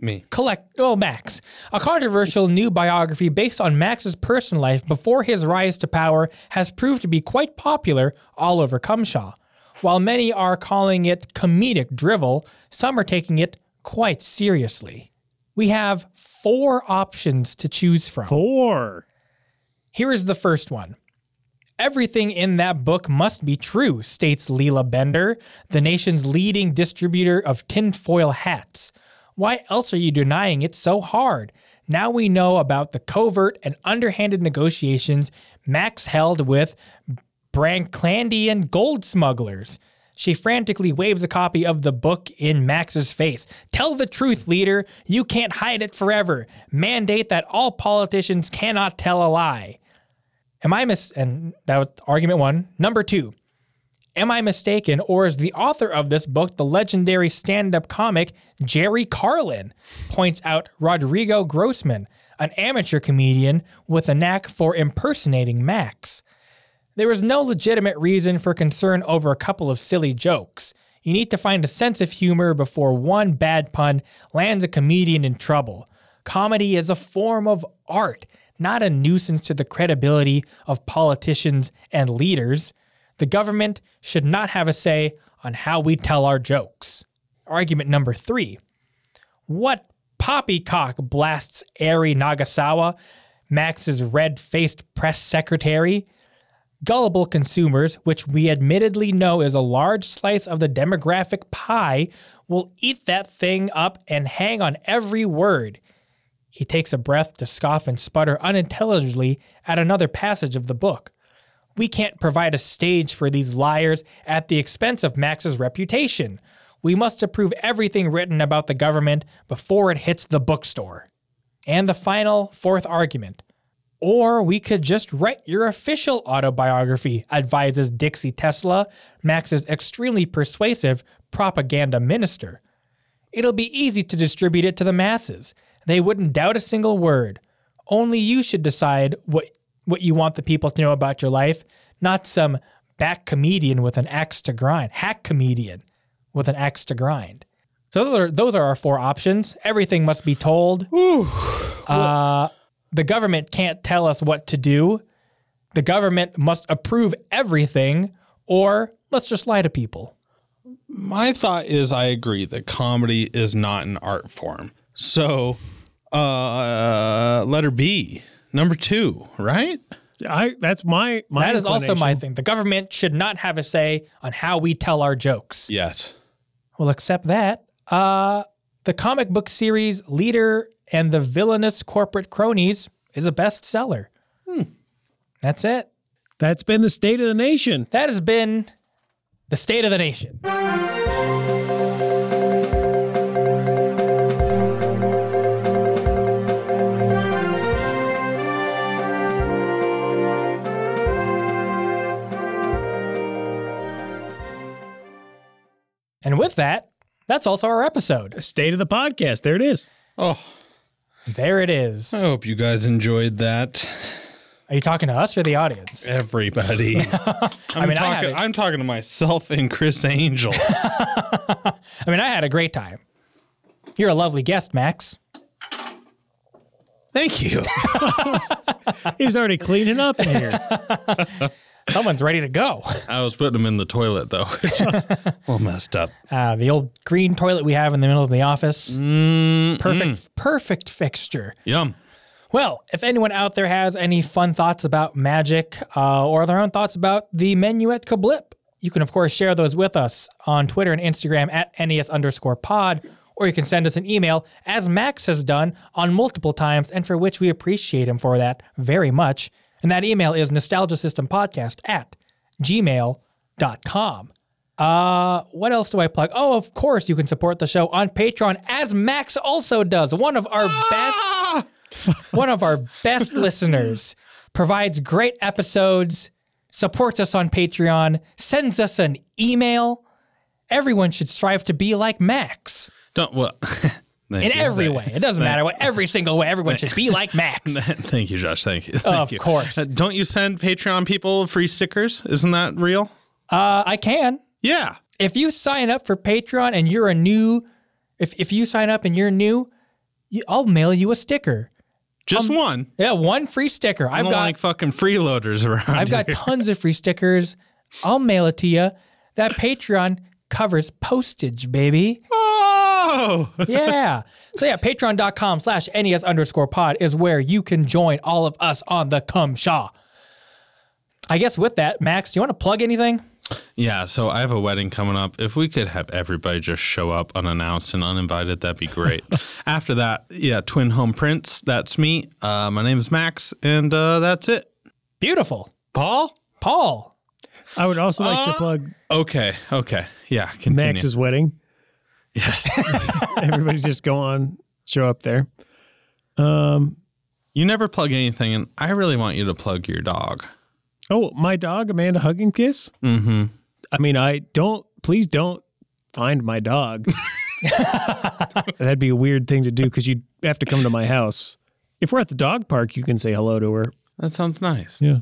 Me.
collect well max a controversial new biography based on max's personal life before his rise to power has proved to be quite popular all over cumshaw while many are calling it comedic drivel some are taking it quite seriously we have four options to choose from
Four.
here is the first one. Everything in that book must be true, states Leela Bender, the nation's leading distributor of tinfoil hats. Why else are you denying it so hard? Now we know about the covert and underhanded negotiations Max held with Branclandian gold smugglers. She frantically waves a copy of the book in Max's face. Tell the truth, leader. You can't hide it forever. Mandate that all politicians cannot tell a lie. Am I mis and that was argument 1. Number 2. Am I mistaken or is the author of this book the legendary stand-up comic Jerry Carlin? Points out Rodrigo Grossman, an amateur comedian with a knack for impersonating Max. There is no legitimate reason for concern over a couple of silly jokes. You need to find a sense of humor before one bad pun lands a comedian in trouble. Comedy is a form of art, not a nuisance to the credibility of politicians and leaders. The government should not have a say on how we tell our jokes. Argument number three. What poppycock blasts Eri Nagasawa, Max's red faced press secretary? gullible consumers, which we admittedly know is a large slice of the demographic pie, will eat that thing up and hang on every word. He takes a breath to scoff and sputter unintelligibly at another passage of the book. We can't provide a stage for these liars at the expense of Max's reputation. We must approve everything written about the government before it hits the bookstore. And the final, fourth argument. Or we could just write your official autobiography, advises Dixie Tesla, Max's extremely persuasive propaganda minister. It'll be easy to distribute it to the masses. They wouldn't doubt a single word. Only you should decide what, what you want the people to know about your life, not some back comedian with an axe to grind, hack comedian with an axe to grind. So those are, those are our four options. Everything must be told the government can't tell us what to do. The government must approve everything, or let's just lie to people.
My thought is I agree that comedy is not an art form. So, uh letter B, number 2, right?
I. That's my. my
that is also my
inclination.
thing. The government should not have a say on how we tell our jokes.
Yes.
We'll accept that. Uh, the comic book series Leader and the Villainous Corporate Cronies is a bestseller. That's it.
That's been the state of the nation.
That has been the state of the nation. And with that, that's also our episode.
State of the podcast. There it is.
Oh,
There it is.
I hope you guys enjoyed that.
Are you talking to us or the audience?
Everybody. I'm,
mean, I had
talking,
it.
I'm talking to myself and Chris Angel.
I mean, I had a great time. You're a lovely guest, Max.
Thank you.
He was already cleaning up in here.
Someone's ready to go.
I was putting him in the toilet though, which is a little messed up.
Uh, the old green toilet we have in the middle of the office. perfect, perfect fixture.
Yum.
Well, if anyone out there has any fun thoughts about magic uh, or their own thoughts about the menu at Kablip, you can, of course, share those with us on Twitter and Instagram at NES underscore pod, or you can send us an email, as Max has done on multiple times, and for which we appreciate him for that very much. And that email is nostalgiasystempodcast at gmail.com. Uh, what else do I plug? Oh, of course, you can support the show on Patreon, as Max also does. One of our best one of our best listeners, provides great episodes, supports us on Patreon, sends us an email. Everyone should strive to be like Max
Don't well.
in every way. It doesn't matter what every single way. Everyone should be like Max.
Thank you, Josh. Thank you. Thank
Of
you.
course,
Uh,
uh,
don't you send Patreon people free stickers? Isn't that real?
Uh, I can.
Yeah.
If you sign up for Patreon and you're a new, if if you sign up and you're new, you, I'll mail you a sticker.
Just one.
Yeah, one free sticker.
I
Um, I've
don't
got
like fucking freeloaders around.
I've got tons of free stickers. I'll mail it to you. That Patreon covers postage, baby.
Oh,
Yeah. So yeah, patreon.com slash NES underscore pod is where you can join all of us on the cum shaw. I guess with that, Max, do you want to plug anything?
yeah. So I have a wedding coming up. If we could have everybody just show up unannounced and uninvited, that'd be great. After that, yeah, twin home prince. That's me. Uh, my name is Max, and uh, that's it.
Beautiful.
Paul.
Paul.
I would also like to plug
Okay. Okay. Yeah. Continue.
Max's wedding.
yes.
Everybody just go on, show up there.
you never plug anything, and I really want you to plug your dog.
Oh, my dog, Amanda Hug and Kiss. Mm-hmm. I mean, I don't, please don't find my dog. That'd be a weird thing to do because you'd have to come to my house. If we're at the dog park, you can say hello to her.
That sounds nice.
Yeah.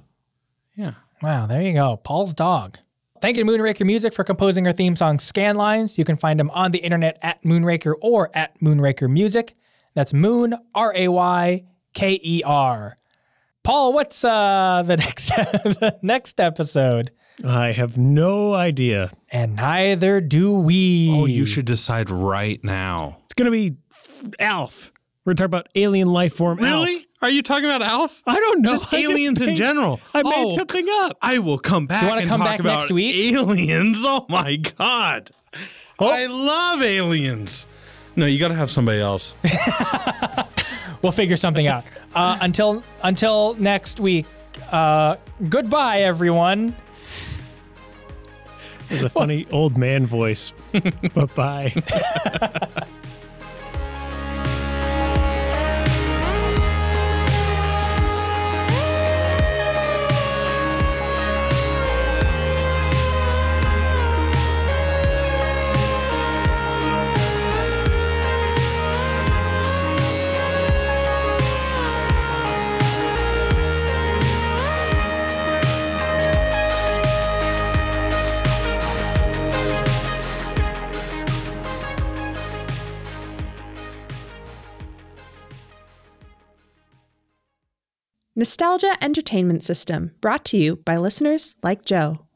Yeah.
Wow, there you go. Paul's dog. Thank you to Moonraker Music for composing our theme song Scanlines. You can find them on the internet at Moonraker or at Moonraker Music. That's Moon R A Y K E R. Paul, what's uh, the next the next episode?
I have no idea.
And neither do we.
Oh, you should decide right now.
It's going to be Alf. We're talking about alien life form. Alf.
Are you talking about Alf?
I don't know.
Just
I just
aliens in
made-
general.
I made
Oh,
something up.
I will come back.
wanna
and
come
talk
back
about
next week? Oh.
Aliens. Oh my god. I love aliens. No, you got to have somebody else.
We'll figure something out. Uh, until until next week. Uh, goodbye, everyone.
It's a funny old man voice. but bye.
Nostalgia Entertainment System, brought to you by listeners like Joe.